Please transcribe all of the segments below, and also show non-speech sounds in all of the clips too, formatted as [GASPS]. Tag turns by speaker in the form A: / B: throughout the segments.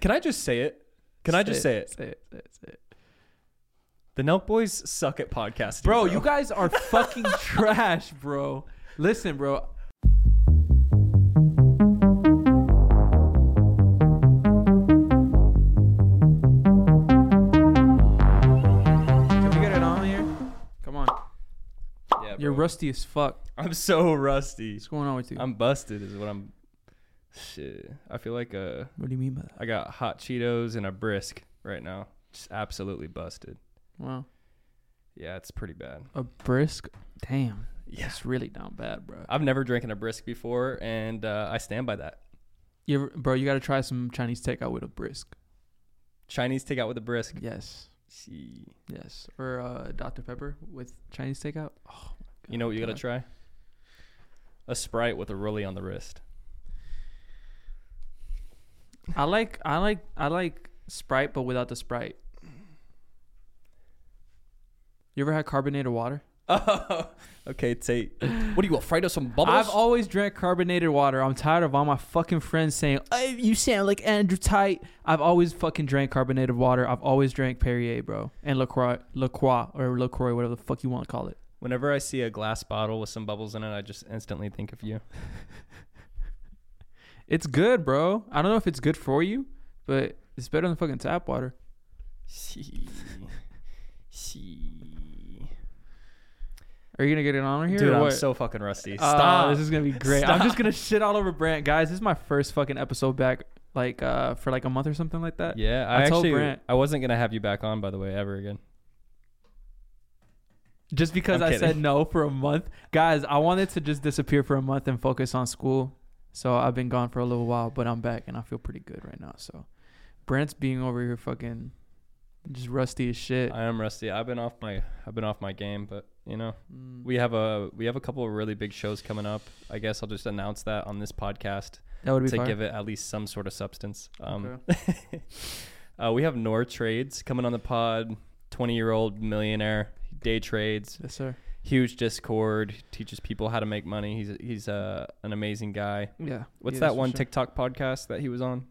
A: Can I just say it? Can I just say it?
B: Say it. Say it. Say it.
A: The Nelk Boys suck at podcasting.
B: Bro, you guys [LAUGHS] are fucking trash, bro. Listen, bro. Can we get it on here? Come on.
A: [LAUGHS] Yeah,
B: You're
A: bro.
B: rusty as fuck. Um,
A: I'm so rusty.
B: What's going on with you?
A: I'm busted, is what I'm. Shit. I feel like uh,
B: what do you mean by that?
A: I got hot Cheetos and a brisk right now. Just absolutely busted.
B: Wow.
A: Yeah, it's pretty bad.
B: A brisk? Damn.
A: Yeah.
B: It's really down bad, bro.
A: I've never drinking a brisk before, and uh, I stand by that.
B: You ever, bro, you got to try some Chinese takeout with a brisk.
A: Chinese takeout with a brisk.
B: Yes.
A: See.
B: Yes. Or uh, Dr. Pepper with Chinese takeout. Oh, my God.
A: You know what you gotta
B: God.
A: try? A Sprite with a rolly on the wrist. [LAUGHS]
B: I like I like I like Sprite but without the Sprite. You ever had carbonated water?
A: Oh, okay, Tate. What do you want, fried up some bubbles?
B: I've always drank carbonated water. I'm tired of all my fucking friends saying, "Hey, you sound like Andrew Tate." I've always fucking drank carbonated water. I've always drank Perrier, bro, and Lacroix, Lacroix or Lacroix, whatever the fuck you want to call it.
A: Whenever I see a glass bottle with some bubbles in it, I just instantly think of you.
B: It's good, bro. I don't know if it's good for you, but it's better than fucking tap water.
A: See, see.
B: Are you gonna get it on here?
A: Dude,
B: or
A: I'm
B: what?
A: so fucking rusty.
B: Ah,
A: Stop.
B: this is gonna be great. I'm just gonna shit all over Brant, guys. This is my first fucking episode back, like uh, for like a month or something like that.
A: yeah, I,
B: I told
A: actually,
B: Brent-
A: I wasn't gonna have you back on, by the way, ever again.
B: Just because
A: I'm
B: I said
A: kidding.
B: no for a month, guys. I wanted to just disappear for a month and focus on school, so I've been gone for a little while, but I'm back and I feel pretty good right now. So, Brant's being over here fucking just rusty as shit.
A: I am rusty. I've been off my, I've been off my game, but you know,
B: Mm.
A: we have a, we have a couple of really big shows coming up. I guess I'll just announce that on this podcast.
B: that would be
A: to
B: fire.
A: give it at least some sort of substance. Um, [LAUGHS] uh, we have Nor Trades coming on the pod, 20 year old millionaire, day trades,
B: yes, sir.
A: huge Discord, teaches people how to make money. He's he's uh, an amazing guy.
B: Yeah.
A: What's
B: Yeah, that's
A: that
B: for
A: one
B: sure.
A: TikTok podcast that he was on?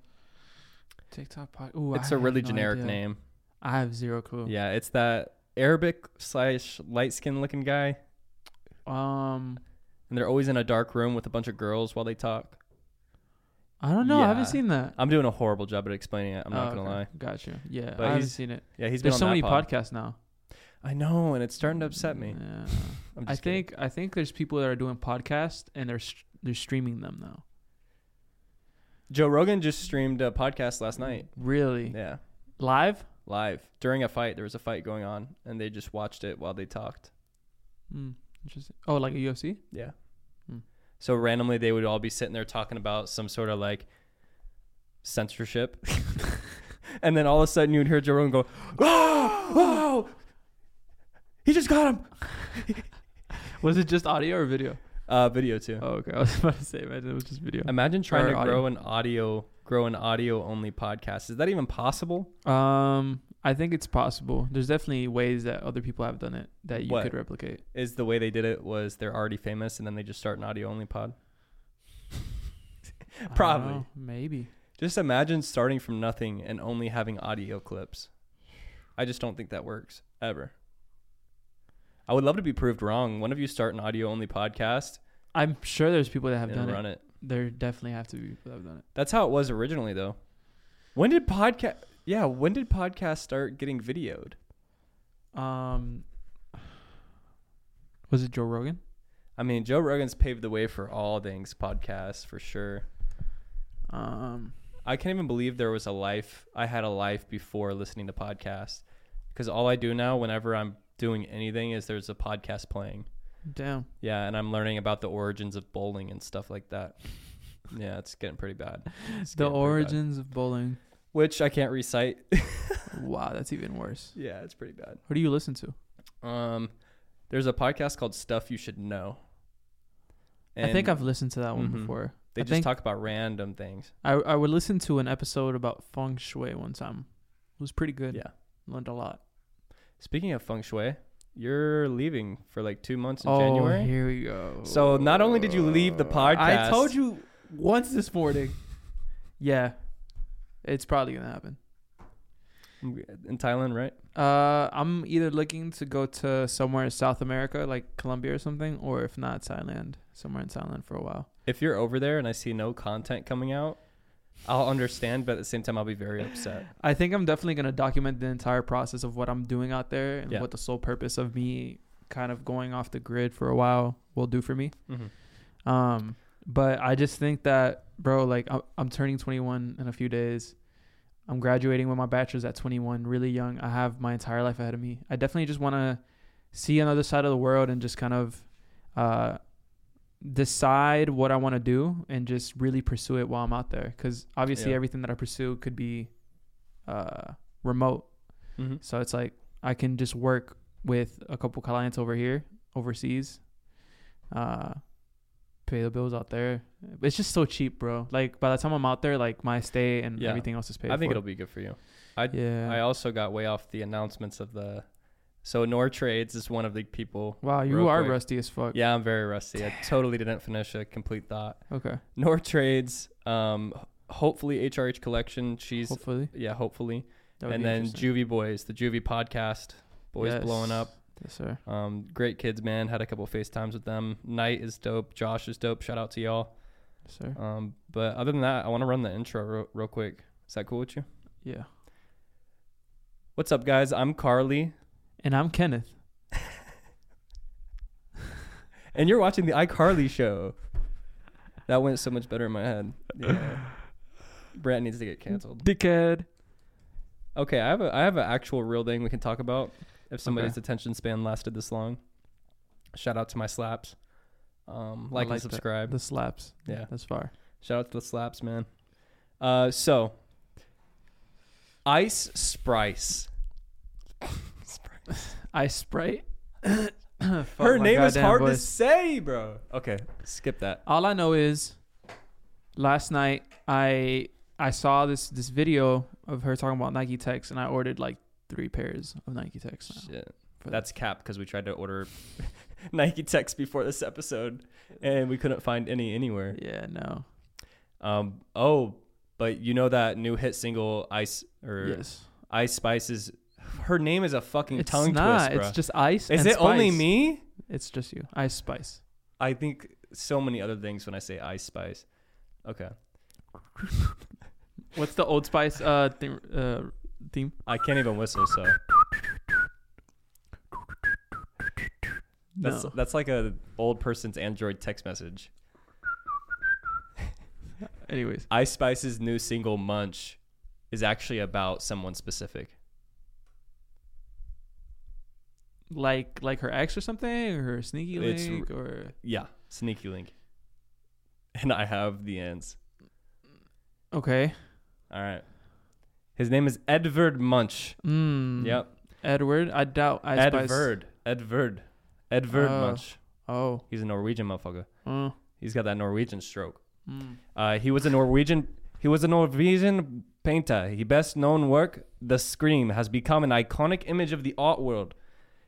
B: TikTok pod? Ooh, I
A: it's a
B: have
A: really
B: no
A: generic
B: idea.
A: name.
B: I have zero clue.
A: Yeah, it's that Arabic slash light skin looking guy,
B: Um.
A: and they're always in a dark room with a bunch of girls while they talk.
B: I don't know. I
A: Yeah.
B: haven't seen that.
A: I'm doing a horrible job at explaining it. I'm not
B: Oh,
A: gonna
B: okay.
A: lie.
B: Gotcha. Yeah,
A: But
B: I haven't
A: he's-
B: seen it.
A: Yeah, he's been
B: There's
A: on
B: so
A: that
B: many
A: pod.
B: podcasts now.
A: I know, and it's starting to upset me.
B: Yeah.
A: [LAUGHS] I'm
B: I
A: just kidding.
B: think I think there's people that are doing podcasts and they're st- they're streaming them now.
A: Joe Rogan just streamed a podcast last night.
B: Really?
A: Yeah,
B: Live?
A: live during a fight. There was a fight going on, and they just watched it while they talked.
B: Mm, interesting. Oh, like
A: [LAUGHS]
B: a UFC?
A: Yeah.
B: Hmm.
A: So randomly, they would all be sitting there talking about some sort of like
B: [LAUGHS]
A: censorship, and then all of a sudden you'd hear Joe Rogan go, "Oh, oh, he just got him."
B: Was it just audio or video?
A: Uh, video too.
B: Oh, okay. [LAUGHS] I was about to say, imagine it was just video.
A: Imagine trying
B: Or
A: to
B: audio.
A: grow an audio, grow an audio only podcast. Is that even possible?
B: Um, I think it's possible. There's definitely ways that other people have done it that you
A: What?
B: could replicate.
A: Is the way they did it was they're already famous, and then they just start an audio only pod?
B: I don't
A: Probably.
B: know. Maybe.
A: Just imagine starting from nothing and only having audio clips. I just don't think that works ever. I would love to be proved wrong. One of you start an audio only podcast
B: I'm sure there's people that have
A: and
B: done it.
A: run it.
B: There definitely have to be people that have done it.
A: That's how it was originally though. When did podcast Yeah, when did podcasts start getting videoed?
B: Um, was it Joe Rogan?
A: I mean, Joe Rogan's paved the way for all things podcasts for sure.
B: Um,
A: I can't even believe there was a life I had a life before listening to podcasts because all I do now whenever I'm doing anything is there's a podcast playing.
B: damn.
A: Yeah, and I'm learning about the origins of bowling and stuff like
B: [LAUGHS]
A: that. yeah, it's getting pretty bad. It's
B: The
A: getting pretty bad.
B: origins of bowling.
A: which I can't recite. [LAUGHS]
B: Wow, that's even worse.
A: yeah, it's pretty bad.
B: Who do you listen to?
A: Um, there's a podcast called Stuff You Should Know.
B: I think
A: And
B: I've listened to that one
A: Mhm.
B: before.
A: They
B: I
A: just
B: think-
A: talk about random things.
B: I I would listen to an episode about feng shui one time. It was pretty good.
A: Yeah.
B: learned a lot.
A: Speaking of feng shui, you're leaving for like two months in
B: oh,
A: January.
B: here we go.
A: So not only did you leave the
B: I
A: podcast- [LAUGHS]
B: told you once this morning. yeah, It's probably gonna happen.
A: in Thailand, right?
B: Uh, I'm either looking to go to somewhere in South America, like Colombia or something, or if not Thailand, somewhere in Thailand for a while.
A: If you're over there and I see no content coming out, I'll understand, but at the same time, I'll be very
B: [LAUGHS]
A: upset.
B: I think I'm definitely gonna document the entire process of what I'm doing out there and
A: Yeah.
B: what the sole purpose of me kind of going off the grid for a while will do for me.
A: Mm-hmm.
B: Um, but I just think that, bro, like I'm, I'm turning 21 in a few days. I'm graduating with my bachelor's at 21, really young. I have my entire life ahead of me. I definitely just want to see another side of the world and just kind of uh, decide what I want to do and just really pursue it while I'm out there. Because obviously,
A: Yeah.
B: everything that I pursue could be uh, remote.
A: Mm-hmm.
B: So it's like I can just work with a couple clients over here, overseas, uh, pay the bills out there. It's just so cheap, bro. Like by the time I'm out there, like my stay and
A: Yeah.
B: everything else is paid.
A: I think
B: for.
A: it'll be good for you.
B: Yeah.
A: I also got way off the announcements of the. So Nor Trades is one of the people.
B: wow, you
A: real
B: are
A: quick.
B: rusty as fuck.
A: Yeah, I'm very rusty. I totally didn't finish a complete thought.
B: Okay.
A: Nor Trades, um, h- hopefully HRH Collection. She's
B: Hopefully.
A: yeah, hopefully,
B: That would
A: and
B: be
A: then
B: interesting.
A: Juvie Boys, the Juvie podcast. Boys
B: Yes.
A: blowing up.
B: Yes, sir.
A: Um, great kids, man. Had a couple FaceTimes with them. Knight is dope. Josh is dope. Shout out to y'all.
B: Yes, sir.
A: Um, but other than that, I want to run the intro real, real quick. Is that cool with you?
B: Yeah.
A: What's up, guys? I'm Carly,
B: And I'm Kenneth.
A: and you're watching the iCarly show. That went so much better in my head. Yeah.
B: [SIGHS]
A: Brad needs to get canceled.
B: Dickhead.
A: Okay, I have a I have an actual real thing we can talk about if somebody's attention span lasted this long. Shout out to my slaps. Um, like, and
B: like that.
A: subscribe.
B: The slaps.
A: Yeah.
B: That's far.
A: Shout out to the slaps, man. Uh, so Ice Sprice. [COUGHS]
B: Ice Sprite. [COUGHS] Fuck
A: Her
B: my
A: name is
B: goddamn
A: hard to
B: voice.
A: say, bro. Okay, skip that.
B: All I know is last night I I saw this this video of her talking about Nike Techs and I ordered like three pairs of Nike Techs. now
A: Shit.
B: for
A: That's cap because we tried to order [LAUGHS] Nike text before this episode and we couldn't find any anywhere.
B: that. yeah, no.
A: Um, oh, but you know that new hit single Ice or
B: Yes.
A: Ice Spice is her name is a fucking
B: It's
A: tongue
B: not.
A: twist, bro.
B: it's just ice.
A: is
B: and
A: it only
B: spice.
A: me?
B: It's just you. Ice spice.
A: I think so many other things when I say Ice Spice. Okay.
B: What's the old spice uh theme uh theme?
A: I can't even whistle,
B: [LAUGHS]
A: so that's
B: no.
A: that's like a old person's Android text message.
B: Anyways.
A: Ice Spice's new single Munch is actually about someone specific.
B: Like like her ex or something or her sneaky
A: It's
B: link or
A: Yeah, sneaky link. And I have the ends.
B: Okay.
A: All right. His name is Edvard Munch.
B: Mm.
A: Yep.
B: Edward. I doubt ice spice.
A: Edvard. Edvard. Edvard
B: Oh.
A: Munch.
B: Oh.
A: He's a Norwegian motherfucker.
B: Uh,
A: He's got that Norwegian stroke.
B: mm.
A: Uh, he was a Norwegian. He was a Norwegian painter. His best known work, The Scream, has become an iconic image of the art world.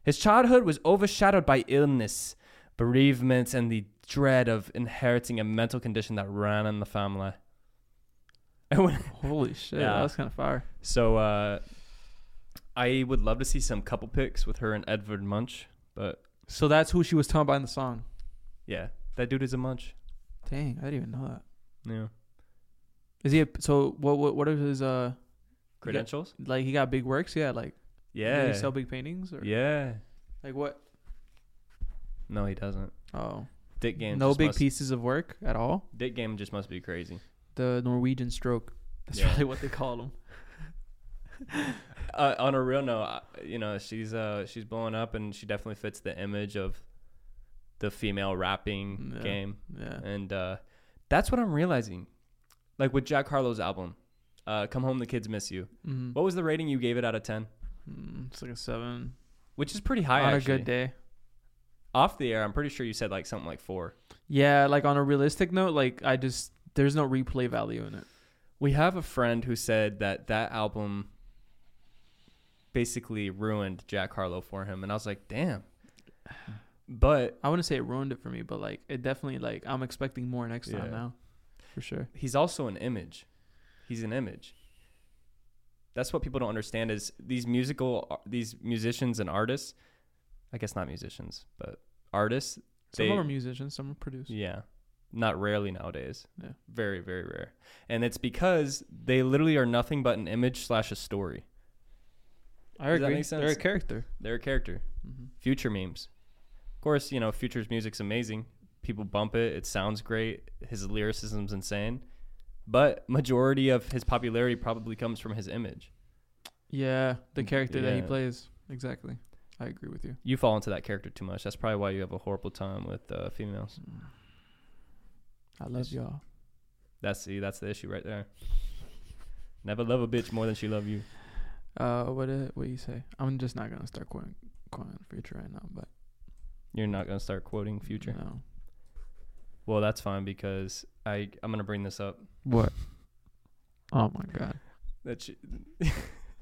A: His childhood was overshadowed by illness, bereavement, and the dread of inheriting a mental condition that ran in the family. [LAUGHS] And when-
B: Holy shit.
A: Yeah.
B: That was kind of fire.
A: so uh, I would love to see some couple pics with her and Edvard Munch, but
B: So that's who she was talking about in the song.
A: yeah, that dude is a munch.
B: Dang, I didn't even know that.
A: Yeah.
B: Is he a, so what what what are his uh
A: Credentials?
B: like he got big works? Yeah, like
A: Yeah.
B: did he sell big paintings or
A: Yeah.
B: like what?
A: No, he doesn't.
B: Oh.
A: Dick game.
B: no
A: just
B: big
A: must-
B: pieces of work at all.
A: Dick game just must be crazy.
B: The Norwegian stroke. That's
A: Yeah.
B: probably what they call him.
A: Uh, on a real note, I- you know she's uh she's blowing up and she definitely fits the image of the female rapping
B: Yeah.
A: Mm, game,
B: Yeah.
A: and uh, that's what I'm realizing. Like with Jack Harlow's album, uh, "Come Home, the Kids Miss You."
B: Mm.
A: What was the rating you gave it out of ten?
B: Mm, it's like a seven.
A: Which is pretty high.
B: on
A: actually.
B: a good day.
A: Off the air, I'm pretty sure you said like something like four.
B: Yeah, like on a realistic note, like I just there's no replay value in it.
A: We have a friend who said that that album basically ruined Jack Harlow for him, and I was like, damn. But
B: I wouldn't say it ruined it for me, but like it definitely like I'm expecting more next
A: Yeah.
B: time now. For sure.
A: he's also an image. He's an image. that's what people don't understand is these musical these musicians and artists. I guess not musicians, but artists.
B: Some
A: they-
B: of them are musicians, some are producers.
A: Yeah. Not rarely nowadays.
B: Yeah.
A: Very, very rare. And it's because they literally are nothing but an image slash a story.
B: I
A: Does that
B: agree.
A: make sense?
B: They're a character.
A: They're a character.
B: Mm-hmm.
A: Future memes. Of course, you know, Future's music's amazing. People bump it. It sounds great. His lyricism's insane. But majority of his popularity probably comes from his image.
B: Yeah, the
A: Mm,
B: character that he
A: yeah.
B: plays. Exactly. I agree with you.
A: You fall into that character too much. That's probably why you have a horrible time with uh, females.
B: I love
A: Yes.
B: y'all.
A: That's the that's the issue right there. Never love a bitch more than she love you.
B: Uh, what uh, what you say? I'm just not gonna start quoting quoting future right now, but
A: You're not gonna start quoting Future.
B: No.
A: Well, that's fine because I I'm gonna bring this up.
B: What? Oh my
A: [LAUGHS]
B: god.
A: That you,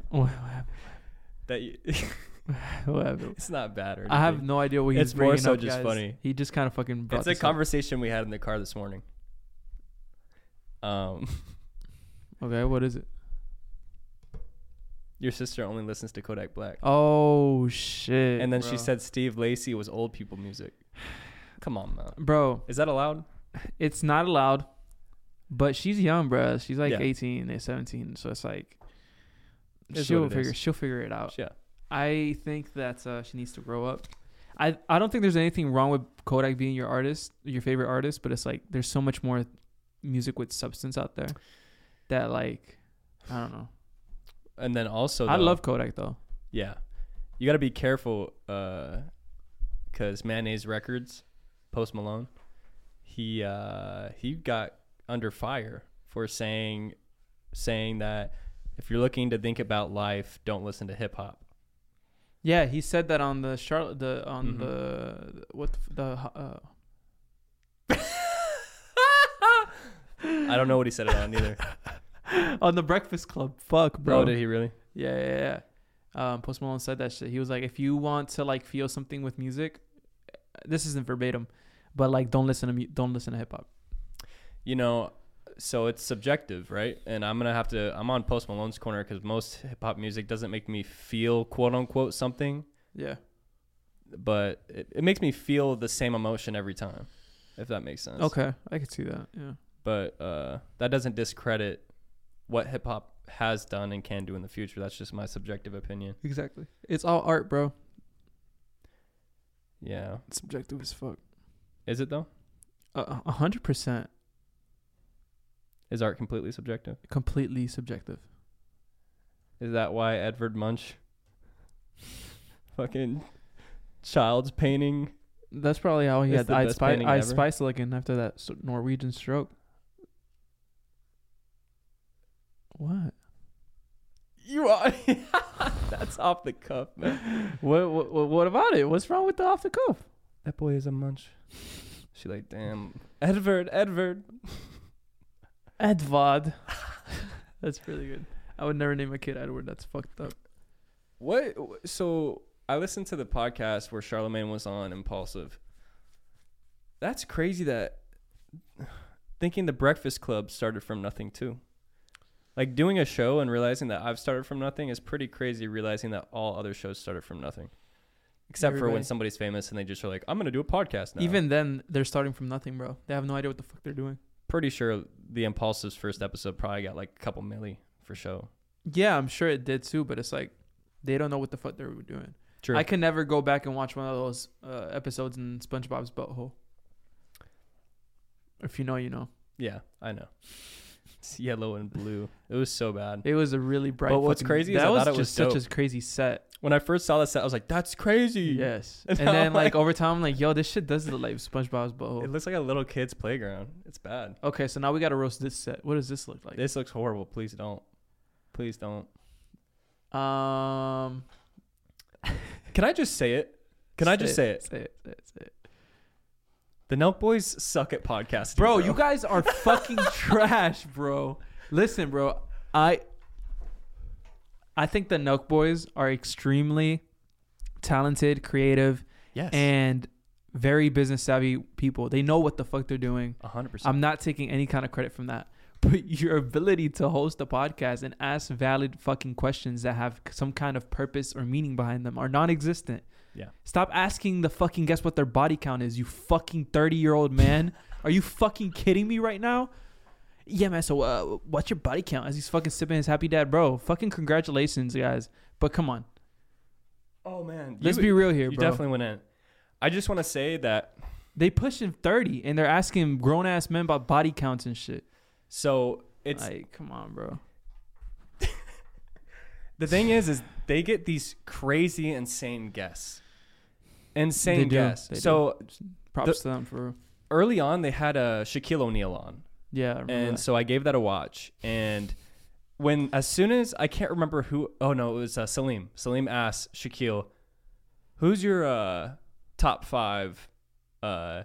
B: What happened?
A: [LAUGHS] that you,
B: What happened?
A: [LAUGHS] it's not bad or anything.
B: I have no idea what he's
A: It's more
B: bringing
A: so
B: up,
A: just
B: guys.
A: funny.
B: He just kind of fucking. Brought
A: It's a
B: this up.
A: conversation we had in the car this morning. Um, [LAUGHS]
B: Okay, what is it?
A: your sister only listens to Kodak Black,
B: Oh shit.
A: and then she
B: bro.
A: said Steve Lacy was old people music. [SIGHS] Come on, man.
B: "Bro,
A: Is that allowed?
B: it's not allowed." But she's young, bro. She's like
A: Yeah.
B: 18, they're 17, so it's like
A: It's
B: she'll
A: what it
B: figure
A: is.
B: she'll figure it out.
A: Yeah.
B: I think that uh, she needs to grow up. I I don't think there's anything wrong with Kodak being your artist, your favorite artist, but it's like there's so much more music with substance out there that like I don't know.
A: And then also,
B: I
A: though-
B: love Kodak though.
A: Yeah, you got to be careful, because Mayonnaise Records, Post Malone, he uh, he got under fire for saying saying that if you're looking to think about life, don't listen to hip hop.
B: Yeah, he said that on the Charlotte the on
A: Mhm.
B: the what the, the uh, [LAUGHS]
A: I don't know what he said it on either.
B: [LAUGHS] on the Breakfast Club. Fuck,
A: [LAUGHS]
B: bro.
A: Bro, did he really?
B: Yeah, yeah, yeah. Um, Post Malone said that shit. He was like, if you want to like feel something with music, uh, this isn't verbatim, but like, don't listen to mu- don't listen to hip hop.
A: You know, so it's subjective, right? And I'm gonna have to. I'm on Post Malone's corner because most hip hop music doesn't make me feel quote unquote something.
B: Yeah,
A: but it, it makes me feel the same emotion every time, if that makes sense.
B: okay, I could see that. Yeah,
A: But uh, that doesn't discredit what hip hop has done and can do in the future. That's just my subjective opinion.
B: exactly. It's all art, bro.
A: Yeah.
B: subjective as fuck.
A: Is it though?
B: Uh, A a hundred percent,
A: Is art completely subjective?
B: completely subjective.
A: Is that why Edvard Munch [LAUGHS] fucking child's painting?
B: That's probably how he
A: It's
B: had
A: the
B: I'd
A: best
B: spy
A: painting
B: I'd
A: ever.
B: spice looking after that s- Norwegian stroke. What?
A: You are. [LAUGHS] That's off the cuff, man.
B: [LAUGHS] what? What? what- What about it? What's wrong with the off the cuff?
A: That boy is a munch. She like, damn. Edvard, Edvard.
B: [LAUGHS] Edvard. that's really good. I would never name a kid Edward. That's fucked up.
A: What? So I listened to the podcast where Charlemagne was on Impulsive. That's crazy that thinking the Breakfast Club started from nothing too. Like doing a show and realizing that I've started from nothing is pretty crazy. Realizing that all other shows started from nothing, except for when
B: Everybody-
A: somebody's famous and they just are like, "I'm gonna do a podcast now."
B: Even then, they're starting from nothing, bro. They have no idea what the fuck they're doing.
A: pretty sure the Impulsive's first episode probably got like a couple milli for show.
B: Yeah, I'm sure it did too, but it's like they don't know what the fuck they were doing.
A: True.
B: I can never go back and watch one of those uh, episodes in SpongeBob's Butthole. If you know, you know.
A: yeah, I know. It's yellow and blue. It was so bad.
B: It was a really bright.
A: But what's
B: fucking-
A: crazy is
B: that
A: I
B: was
A: thought it
B: just
A: was
B: such
A: dope.
B: a crazy set.
A: When I first saw that set, I was like, "That's crazy." [LAUGHS]
B: Yes, and
A: And I'm
B: then like
A: like-
B: over time, I'm like, yo, this shit does look like SpongeBob's
A: It
B: Butthole.
A: looks like a little kid's playground. It's bad.
B: Okay, so now we gotta roast this set. What does this look like?
A: This looks horrible. Please don't. Please
B: [LAUGHS]
A: don't.
B: Um,
A: Can I just say it? Can I just say it?
B: Say it. Say it. Say it.
A: The Nelk Boys suck at podcasting.
B: Bro, you guys [LAUGHS] are fucking trash, bro. Listen, bro. I I think the Nook Boys are extremely talented, creative,
A: Yes.
B: and very business savvy people. They know what the fuck they're doing.
A: hundred percent.
B: I'm not taking any kind of credit from that. [LAUGHS] but your ability to host a podcast and ask valid fucking questions that have some kind of purpose or meaning behind them are non-existent.
A: Yeah.
B: Stop asking the fucking guess what their body count is, you fucking
A: [LAUGHS]
B: 30-year-old man. are you fucking kidding me right now? Yeah, man. So, uh, what's your body count? As he's fucking sipping his happy dad, bro. Fucking congratulations, guys. But come on,
A: Oh man,
B: let's
A: you,
B: be real here,
A: you
B: bro.
A: definitely went in. I just want to say that.
B: They pushing thirty, and they're asking grown ass men about body counts and shit.
A: So it's
B: like, come on, bro.
A: the thing is, is they get these crazy, insane guests,
B: They
A: insane
B: do, they
A: guests.
B: do.
A: So
B: Props to them for
A: early on, they had a Shaquille O'Neal on,
B: yeah. I remember
A: and
B: that.
A: so I gave that a watch. And when as soon as I can't remember who, oh no, it was uh, Salim. Salim asked Shaquille, "Who's your uh, top five uh,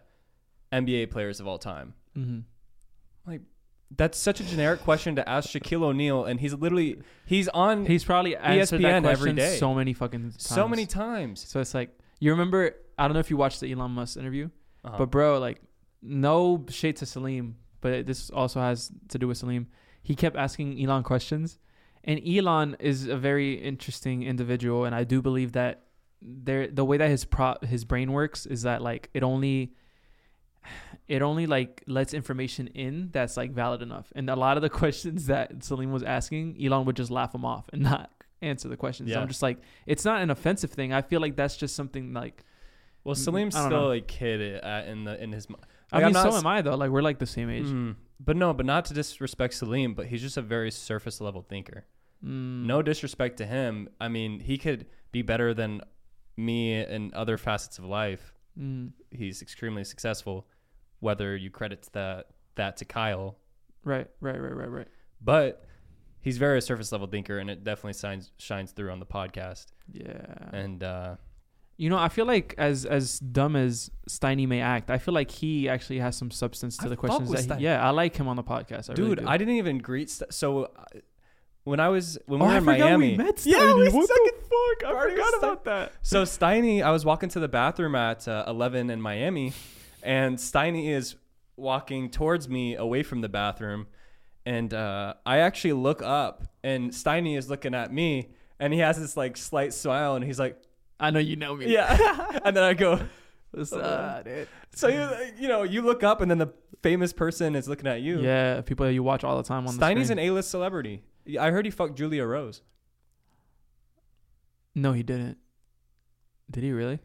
A: NBA players of all time?"
B: Mhm.
A: That's such a generic question to ask Shaquille O'Neal, and he's literally he's on
B: he's probably answered
A: ESPN
B: that question
A: every day.
B: so many fucking times.
A: so many times.
B: So it's like you remember. I don't know if you watched the Elon Musk interview,
A: Uh-huh.
B: but bro, like no shade to Salim, but this also has to do with Salim. He kept asking Elon questions, and Elon is a very interesting individual, and I do believe that there the way that his pro his brain works is that like it only it only like lets information in that's like valid enough. And a lot of the [LAUGHS] questions that Salim was asking, Elon would just laugh them off and not answer the questions.
A: Yeah.
B: I'm just like, it's not an offensive thing. I feel like that's just something like
A: well,
B: Mm,
A: Salim's
B: I don't
A: still
B: know.
A: a kid uh, in the in his. mi-
B: I
A: Like,
B: mean,
A: I'm not
B: so
A: s-
B: am I though. Like we're like the same age.
A: Mm, but no, but not to disrespect Salim, but he's just a very surface level thinker.
B: Mm.
A: No disrespect to him. I mean, he could be better than me in other facets of life.
B: Mm.
A: He's extremely successful, whether you credit that that to Kyle,
B: Right, right, right, right, right.
A: but he's very a surface level thinker, and it definitely shines shines through on the podcast.
B: Yeah.
A: And uh,
B: you know, I feel like as as dumb as Steiny may act, I feel like he actually has some substance to
A: I
B: the
A: fuck
B: questions
A: with
B: that
A: Steiny.
B: he, Yeah, I like him on the podcast. I
A: dude,
B: really do.
A: I didn't even greet. St- so uh, when I was when we
B: Oh,
A: were
B: I
A: in
B: forgot we
A: Miami,
B: met
A: yeah,
B: Steiny.
A: we
B: What the
A: second- fuck,
B: I forgot about
A: that. So Steiny, I was walking to the bathroom at uh, eleven in Miami, and Steiny is walking towards me away from the bathroom, and uh, I actually look up, and Steiny is looking at me, and he has this like slight smile, and he's like,
B: I know you know me. [LAUGHS]
A: yeah, and then I go.
B: What's
A: Uh,
B: up, dude?
A: So you you know you look up and then the famous person is looking at you.
B: Yeah, people that you watch all the time on the
A: Steiny's
B: screen.
A: an A-list celebrity. I heard he fucked Julia Rose.
B: no, he didn't. Did he really?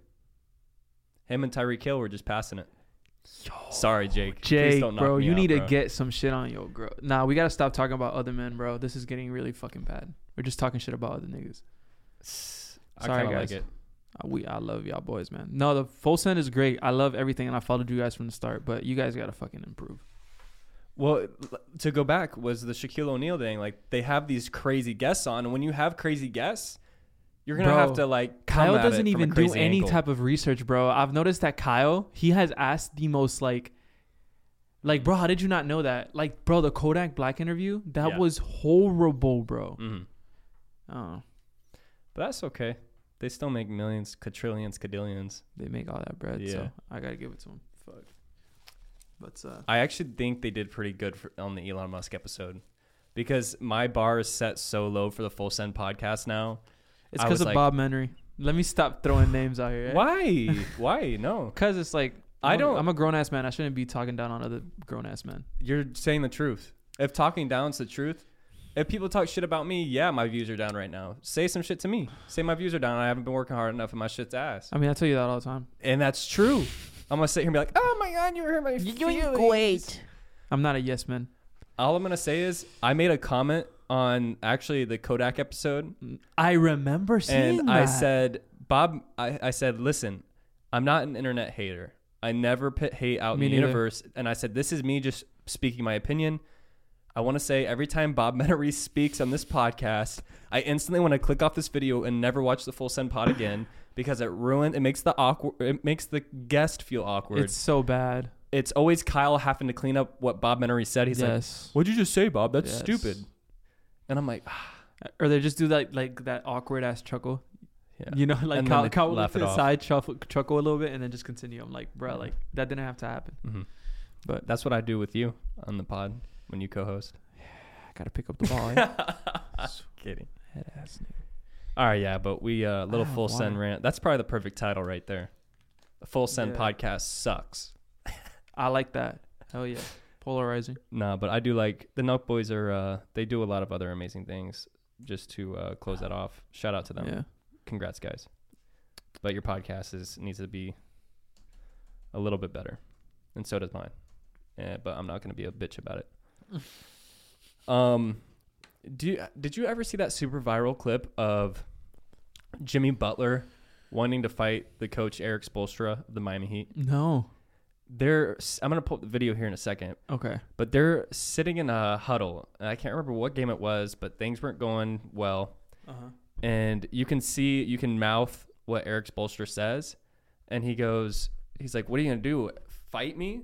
A: Him and Tyreek Hill were just passing it. Sorry, Jake. Please
B: Jake,
A: don't knock
B: bro,
A: me
B: you
A: out,
B: need
A: bro.
B: to get some shit on yo, bro. Nah, we gotta stop talking about other men, bro. This is getting really fucking bad. We're just talking shit about other niggas.
A: I
B: Sorry,
A: kinda
B: guys.
A: Like it.
B: Uh, We, I love y'all boys, man. No, the full send is great. I love everything, and I followed you guys from the start. But you guys gotta fucking improve.
A: Well, l- to go back was the Shaquille O'Neal thing. Like they have these crazy guests on, and when you have crazy guests, you're gonna
B: Bro,
A: have to like. Come
B: Kyle
A: at it
B: doesn't
A: from a
B: even do
A: crazy
B: any
A: angle.
B: type of research, bro. I've noticed that Kyle, he has asked the most like, like, bro, how did you not know that? Like, bro, the Kodak Black interview that
A: Yeah.
B: was horrible, bro.
A: Mhm.
B: Oh,
A: But that's okay. They still make millions, quadrillions, cadillions.
B: they make all that bread,
A: Yeah.
B: so I gotta give it to him. Fuck. But uh,
A: I actually think they did pretty good for, on the Elon Musk episode, because my bar is set so low for the Full Send podcast now.
B: it's
A: I
B: because
A: was
B: of
A: like-
B: Bob Menery. Let me stop throwing names out here.
A: Why? Why? No.
B: Because it's like
A: I
B: I'm a-
A: don't-
B: I'm a grown ass man. I shouldn't be talking down on other grown ass men.
A: You're saying the truth. If talking down's the truth, if people talk shit about me, yeah, my views are down right now. Say some shit to me. Say my views are down. I haven't been working hard enough, and my shit's ass.
B: I mean, I tell you that all the time.
A: And that's true. I'm gonna sit here and be like, "Oh my god, you hurt my feelings."
B: I'm not a yes man.
A: All I'm gonna say is, I made a comment on actually the Kodak episode,
B: I remember seeing
A: and
B: that.
A: I said, "Bob, I, I said, listen, I'm not an internet hater. I never put hate out
B: Me
A: in the
B: neither.
A: universe." And I said, "This is me just speaking my opinion." I want to say every time Bob [LAUGHS] Menery speaks on this podcast, I instantly want to click off this video and never watch the full send pod again because it ruined. It makes the awkward. It makes the guest feel awkward.
B: it's
A: It's,
B: so bad.
A: always Kyle having to clean up what Bob Menery said. He's like,
B: yes.
A: "What'd you just say, Bob? That's
B: Yes.
A: stupid." And I'm like, "Ah."
B: or they just do that like that awkward ass chuckle.
A: yeah.
B: You know, like
A: And then
B: Kyle,
A: they
B: Kyle would
A: laugh
B: look to
A: it
B: the
A: off.
B: side chuckle, chuckle a little bit and then just Mm-hmm. continue. I'm like, bro, like that didn't have to happen.
A: Mhm.
B: But
A: That's what I do with you on the pod. when you co-host.
B: I gotta pick up the ball. [LAUGHS] eh?
A: Kidding.
B: Head ass nigga.
A: All right, yeah, but we uh little
B: Ah,
A: full send
B: water.
A: rant. That's probably the perfect title right there. The full send
B: Yeah.
A: podcast sucks.
B: I like that. Hell yeah. Polarizing.
A: Nah, but I do like the Nelk Boys are uh they do a lot of other amazing things. Just to uh, close that off, shout out to them.
B: Yeah.
A: Congrats, guys. But your podcast is needs to be a little bit better, and so does mine. Eh, but I'm not going to be a bitch about it. um, do you, did you ever see that super viral clip of Jimmy Butler wanting to fight the coach Eric Spolstra of the Miami Heat?
B: No.
A: They're s- I'm going to pull up the video here in a second,
B: Okay.
A: but they're sitting in a huddle. And I can't remember what game it was, but things weren't going well
B: Uh
A: Uh-huh.
B: huh.
A: and you can see you can mouth what Eric Spolster says, and he goes, he's like, "What are you gonna do? Fight me?"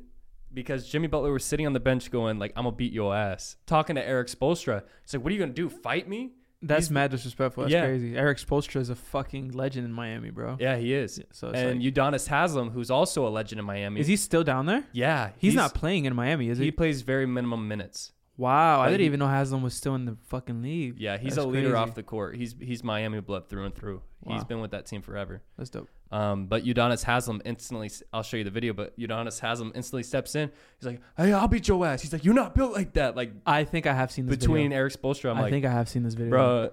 A: Because Jimmy Butler was sitting on the bench going like, "I'm gonna beat your ass," talking to Eric Spolstra. He's like, "What are you gonna do? Fight me?"
B: That's
A: He's-
B: mad disrespectful. That's
A: Yeah.
B: crazy. Eric Spolstra is a fucking legend in Miami, bro.
A: Yeah, he is.
B: So it's
A: And
B: like,
A: Udonis Haslam, who's also a legend in Miami,
B: is he still down there?
A: Yeah,
B: He's, not playing in Miami, is he?
A: He plays very minimum minutes.
B: wow, I
A: Like,
B: didn't
A: he-
B: even know Haslam was still in the fucking league.
A: Yeah, he's
B: That's
A: a leader
B: crazy.
A: off the court. He's he's Miami blood through and through. He's
B: Wow.
A: been with that team forever.
B: That's dope.
A: Um, but Udonis Haslam instantly, I'll show you the video, but Udonis Haslam instantly steps in. He's like, hey, I'll beat your ass. He's like, you're not built like that. Like,
B: I think I have seen this
A: between
B: Video.
A: Eric Spolstra, I'm
B: I
A: like,
B: think I have seen this video,
A: bro,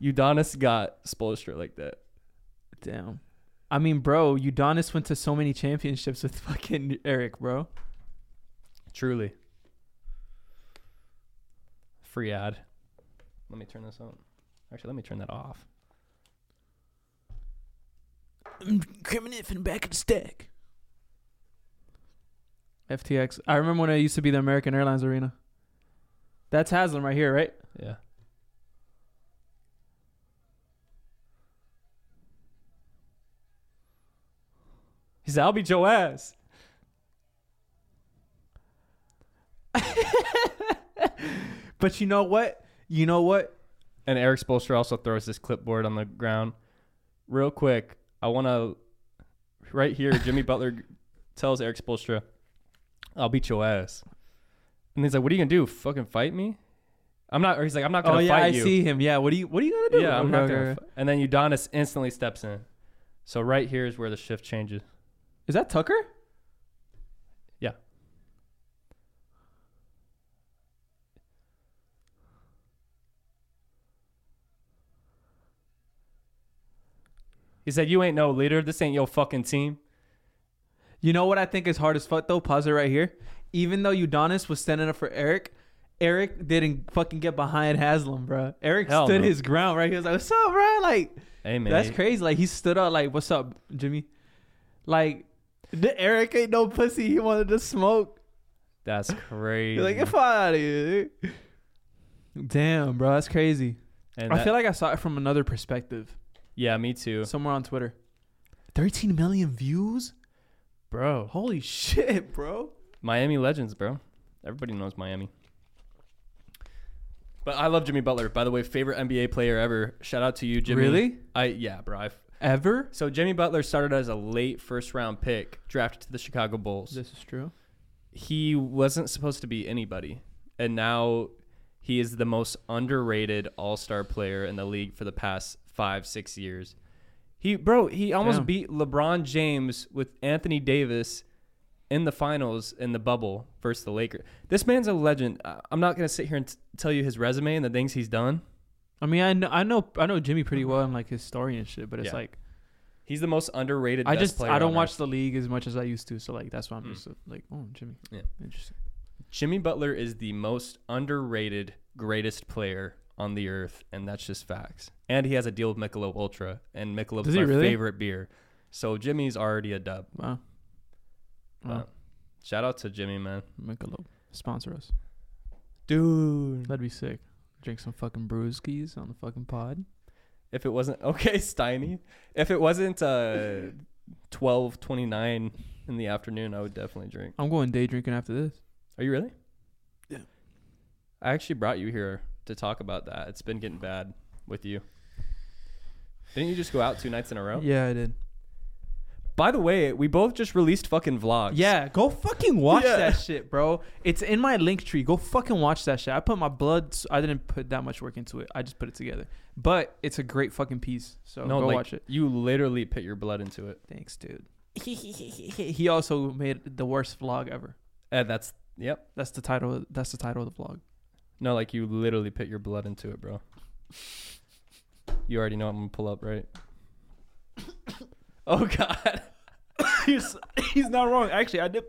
A: Udonis got Spolstra like that.
B: Damn. I mean, bro, Udonis went to so many championships with [LAUGHS] fucking Eric, bro.
A: Truly. Free ad. Let me turn this on. Actually, let me turn that off.
B: I'm coming in from the back of the stack. FTX. I remember when I used to be the American Airlines Arena. That's Haslam right here, right?
A: Yeah. He's like, I'll beat your ass.
B: But you know what? You know what?
A: And Eric Spolster also throws this clipboard on the ground. Real quick, I want to. Right here,
B: [LAUGHS]
A: Jimmy Butler tells Eric Spolstra, I'll beat your ass. And he's like, What are you going to do? Fucking fight me? I'm not, or he's like, I'm not going
B: Oh
A: to
B: yeah,
A: fight
B: I
A: you.
B: see him. Yeah. What are you? What are you gonna do?
A: Yeah, I'm
B: Okay,
A: not
B: okay,
A: going to.
B: okay.
A: Fi-. And then Udonis instantly steps in. So right here is where the shift changes.
B: Is that Tucker?
A: Yeah. He said, You ain't no leader. This ain't your fucking team.
B: You know what I think is hard as fuck though? Pause it right here. Even though Udonis was standing up for Eric, Eric didn't fucking get behind Haslam, bro. Eric
A: Hell
B: stood
A: no.
B: his ground, right? He was like, "What's up, bro?" Like
A: Hey, man.
B: that's crazy. Like he stood up, like, "What's up, Jimmy?" Like the Eric ain't no pussy. He wanted to smoke. [LAUGHS]
A: That's crazy.
B: He's like, "Get out of here." Damn, bro, that's crazy.
A: And
B: I
A: that-
B: feel like I saw it from another perspective,
A: yeah, me too.
B: somewhere on Twitter. 13 million views?
A: Bro.
B: Holy shit, bro.
A: Miami legends, bro. Everybody knows Miami. But I love Jimmy Butler. By the way, favorite NBA player ever. Shout out to you, Jimmy.
B: Really?
A: I yeah, bro. I
B: Ever?
A: So Jimmy Butler started as a late first round pick, drafted to the Chicago Bulls.
B: This is true.
A: He wasn't supposed to be anybody, and now he is the most underrated All Star player in the league for the past five six years. He bro, he almost
B: Damn.
A: beat LeBron James with Anthony Davis in the finals in the bubble versus the Lakers. This man's a legend. I- I'm not gonna sit here and t- tell you his resume and the things he's done.
B: I mean, I know, I know, I know Jimmy pretty well and like his story and shit, but it's
A: Yeah.
B: like
A: He's the most underrated.
B: I
A: best
B: just
A: player
B: I don't
A: on
B: watch
A: earth.
B: the league as much as I used to, so like that's why I'm
A: Mm.
B: just uh, like, oh, Jimmy,
A: Yeah.
B: interesting.
A: Jimmy Butler is the most underrated, greatest player on the earth, and that's just facts. And he has a deal with Michelob Ultra, and Michelob's
B: Does he
A: my
B: really?
A: favorite beer. So Jimmy's already a dub.
B: Wow,
A: But
B: Wow.
A: shout out to Jimmy, man.
B: Michelob sponsor us.
A: Dude,
B: That'd be sick. Drink some fucking brewskis on the fucking pod.
A: if it wasn't [LAUGHS] okay, Steiny. If it wasn't uh, twelve twenty nine in the afternoon, I would definitely drink.
B: I'm going day drinking after this.
A: Are you really?
B: Yeah.
A: I actually brought you here to talk about that. It's been getting bad with you. Didn't you just go out two nights in a row?
B: Yeah, I did.
A: By the way, we both just released fucking vlogs.
B: Yeah, go fucking watch
A: Yeah.
B: that shit, bro. It's in my link tree. Go fucking watch that shit. I put my blood. I didn't put that much work into it. I just put it together. But it's a great fucking piece. So
A: No,
B: go
A: like,
B: watch it.
A: You literally put your blood into it.
B: Thanks, dude. [LAUGHS] he also made the worst vlog ever.
A: Uh, that's yep.
B: That's the title. That's the title of the vlog.
A: No, like you literally put your blood into it, bro. You already know I'm gonna pull up, right? oh God,
B: [LAUGHS] he's, he's not wrong. Actually, I did.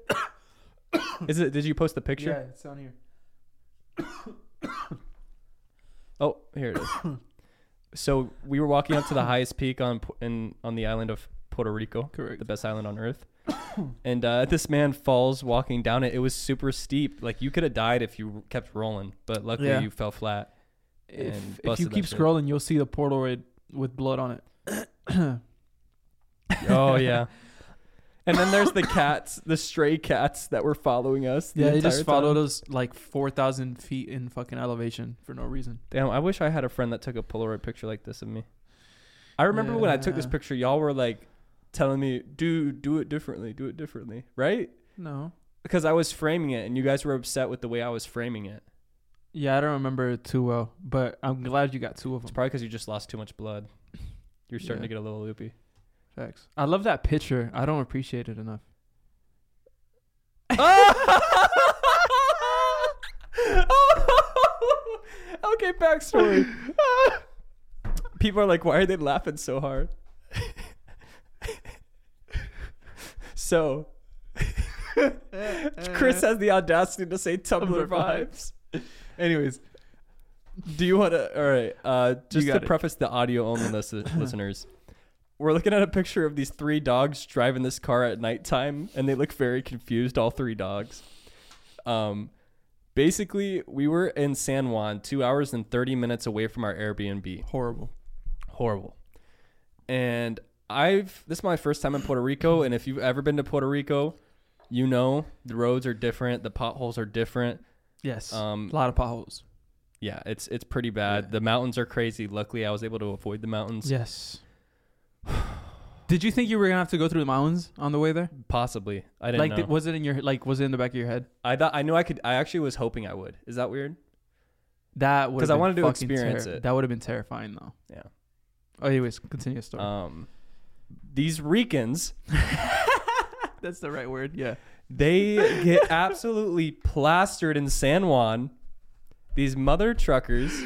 A: [LAUGHS] is it? Did you post the picture?
B: Yeah, it's on here.
A: Oh, here
B: [COUGHS]
A: it is. so we were walking up to the highest peak on Pu- in on the island of Puerto Rico,
B: Correct.
A: the best island on
B: [COUGHS]
A: earth. and uh, this man falls walking down it. It was super steep. Like you could have died if you kept rolling, but luckily
B: Yeah.
A: you fell flat.
B: If,
A: And
B: if
A: busted
B: you
A: that
B: keep
A: shit.
B: scrolling, you'll see the portal with, with blood on it. [CLEARS THROAT] [LAUGHS]
A: Oh yeah. And then there's the cats, the stray cats that were following us. the
B: Yeah, they
A: entire
B: just followed
A: time.
B: us like four thousand feet in fucking elevation for no reason.
A: Damn, I wish I had a friend that took a Polaroid picture like this of me. I remember when I took this
B: Yeah.
A: picture, y'all were like telling me, "Dude, do it differently, do it differently," right?
B: No.
A: because I was framing it, and you guys were upset with the way I was framing it.
B: Yeah, I don't remember it too well, but I'm glad you got two of
A: It's
B: them.
A: probably because you just lost too much blood. You're starting
B: Yeah.
A: to get a little loopy.
B: Facts. I love that picture. I don't appreciate it [LAUGHS] enough.
A: [LAUGHS] okay, backstory. People are like, why are they laughing so hard? [LAUGHS] so, Chris has the audacity to say Tumblr
B: Tumblr
A: vibes. [LAUGHS] Anyways, do you want to? All right. Uh, just to
B: got it.
A: preface the audio only [COUGHS] listen- listeners, we're looking at a picture of these three dogs driving this car at nighttime, and they look very confused. All three dogs. Um, basically, we were in San Juan, two hours and thirty minutes away from our Airbnb.
B: horrible.
A: Horrible. And I've this is my first time in Puerto Rico, and if you've ever been to Puerto Rico, you know the roads are different, the potholes are different.
B: Yes.
A: Um,
B: a lot of potholes.
A: yeah, it's it's pretty bad.
B: Yeah.
A: The mountains are crazy. Luckily, I was able to avoid the mountains.
B: Yes. Did you think you were gonna have to go through the mountains on the way there?
A: Possibly, I didn't
B: Like,
A: know.
B: did- was it in your like? Was it in the back of your head?
A: I thought I knew I could. I actually was hoping I would. Is that weird?
B: That would
A: 'Cause I wanted to experience it.
B: That would have been terrifying though.
A: Yeah.
B: Oh, anyways, continue the story.
A: Um, these Ricans,
B: [LAUGHS] That's the right word. Yeah.
A: they get [LAUGHS] absolutely plastered in San Juan. These mother truckers,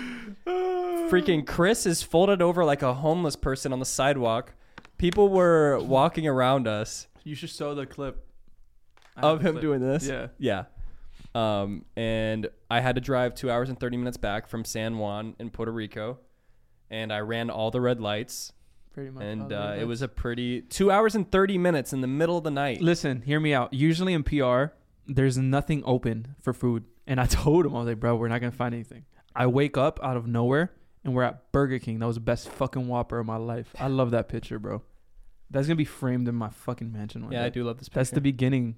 A: freaking Chris is folded over like a homeless person on the sidewalk. People were walking around us
B: You should show the clip I have
A: of
B: the
A: him
B: clip.
A: doing this.
B: Yeah.
A: Yeah. Um, and I had to drive two hours and 30 minutes back from San Juan in Puerto Rico. And I ran all the red lights.
B: Pretty much.
A: And uh, it was a pretty two hours and 30 minutes in the middle of the night.
B: Listen, hear me out. Usually in PR, there's nothing open for food, and I [LAUGHS] told him I was like, bro, we're not gonna find anything. I wake up out of nowhere, and we're at Burger King. That was the best fucking Whopper of my life. I love that picture, bro. That's gonna be framed in my fucking mansion. One
A: Yeah,
B: day.
A: I do love this picture.
B: That's the beginning.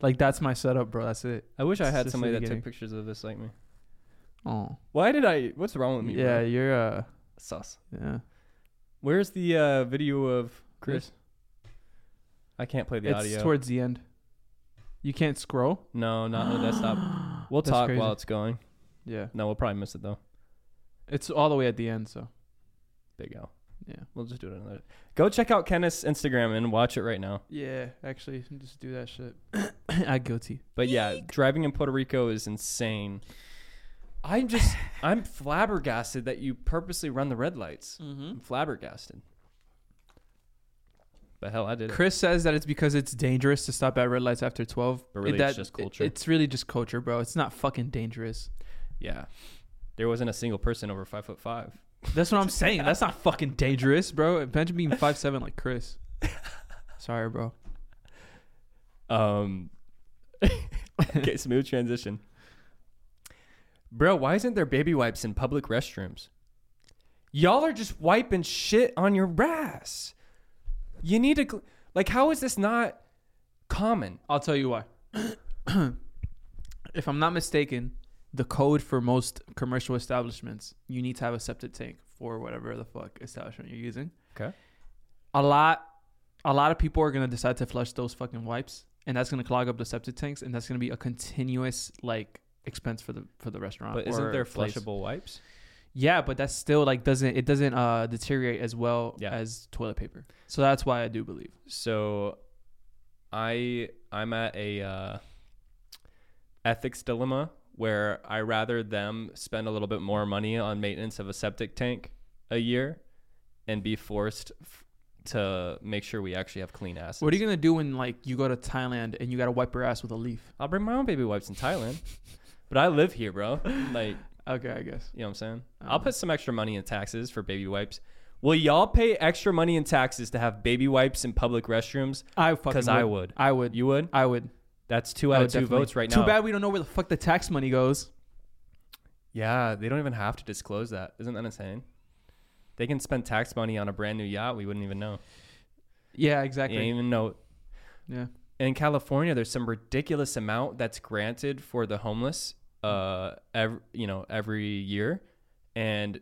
B: Like that's my setup, bro. That's it.
A: I wish I
B: it's
A: had
B: just the
A: somebody that took
B: beginning.
A: pictures of this like me.
B: Oh,
A: Why did I? What's wrong with me?
B: yeah,
A: Bro?
B: you're uh,
A: Sus.
B: yeah,
A: Where's the uh, video of Chris? I can't play the
B: it's
A: audio.
B: towards the end. You can't scroll.
A: no, not on the desktop.
B: [GASPS]
A: We'll
B: That's
A: talk
B: crazy.
A: while it's going.
B: Yeah,
A: No, we'll probably miss it though.
B: it's all the way at the end. So
A: Big L.
B: yeah,
A: We'll just do it another. Go check out Kenneth's Instagram and watch it right now.
B: yeah. Actually, just do that [COUGHS] shit. I guilty.
A: But yeah, driving in Puerto Rico is insane. I'm just I'm flabbergasted that you purposely run the red lights.
B: Mm-hmm.
A: I'm flabbergasted. But hell, I did. it.
B: Chris says that it's because it's dangerous to stop at red lights after twelve.
A: But really,
B: It-
A: it's just culture.
B: it- It's really just culture, bro. It's not fucking dangerous.
A: Yeah, there wasn't a single person over five foot five.
B: That's what I'm saying. That's not fucking dangerous, bro. Imagine being five seven like Chris. Sorry, bro.
A: Um, [LAUGHS] okay, smooth transition. Bro, why isn't there baby wipes in public restrooms? Y'all are just wiping shit on your ass. You need to, cl- like, how is this not common?
B: I'll tell you why. [CLEARS THROAT] if I'm not mistaken, the code for most commercial establishments, you need to have a septic tank for whatever the fuck establishment you're using.
A: Okay.
B: A lot a lot of people are gonna decide to flush those fucking wipes, and that's gonna clog up the septic tanks, and that's gonna be a continuous like expense for the for the restaurant.
A: But isn't
B: or
A: there
B: place.
A: flushable wipes?
B: Yeah, but that's still like doesn't it doesn't uh deteriorate as well
A: Yeah.
B: as toilet paper. So that's why I do believe.
A: So, I I'm at a uh, ethics dilemma where I rather them spend a little bit more money on maintenance of a septic tank a year, and be forced f- to make sure we actually have clean assets.
B: What are you gonna do when like you go to Thailand and you gotta wipe your ass with a leaf?
A: I'll bring my own baby wipes in Thailand, [LAUGHS] but I live here, bro. [LAUGHS] Like.
B: Okay, I guess.
A: You know what I'm saying?
B: I
A: I'll
B: don't
A: put some extra money in taxes for baby wipes. Will y'all pay extra money in taxes to have baby wipes in public restrooms?
B: I fucking
A: Because I would.
B: I would.
A: You would?
B: I would.
A: That's two
B: I
A: out
B: would
A: of two
B: Oh, definitely.
A: votes right
B: Too
A: now.
B: bad we don't know where the fuck the tax money goes.
A: Yeah, they don't even have to disclose that. Isn't that insane? They can spend tax money on a brand new yacht. We wouldn't even know.
B: Yeah,
A: You don't
B: exactly.
A: even know.
B: Yeah.
A: In California, there's some ridiculous amount that's granted for the homeless, uh, every, you know, every year, and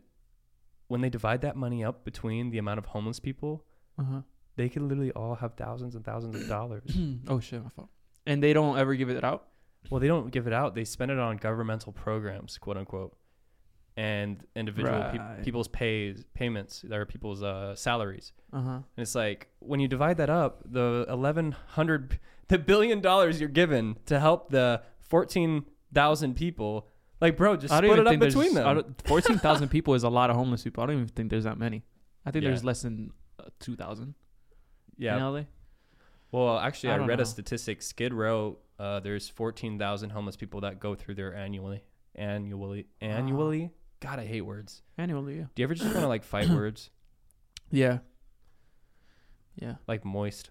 A: when they divide that money up between the amount of homeless people
B: Uh-huh. [CLEARS THROAT]
A: they could literally all have thousands and thousands of dollars.
B: oh shit, my fault. And they don't ever give it out.
A: well, they don't give it out. They spend it on governmental programs, quote unquote, and individual peop-
B: Right.
A: people's pays payments or people's uh, salaries.
B: Uh huh.
A: And it's like when you divide that up, the eleven hundred, the billion dollars you're given to help the fourteen thousand people, like bro, just split it up between them.
B: Fourteen thousand people is a lot of homeless people. I don't even think there's that many. I think
A: Yeah.
B: there's less than uh, two thousand
A: Yeah.
B: in LA.
A: Well, actually,
B: I
A: I,
B: don't
A: read
B: know.
A: a statistic. Skid Row, uh, there's 14,000 homeless people that go through there annually. Annually. Annually? God, I hate words.
B: Annually, yeah.
A: Do you ever just want to like
B: [CLEARS THROAT]
A: fight words?
B: Yeah. Yeah.
A: Like moist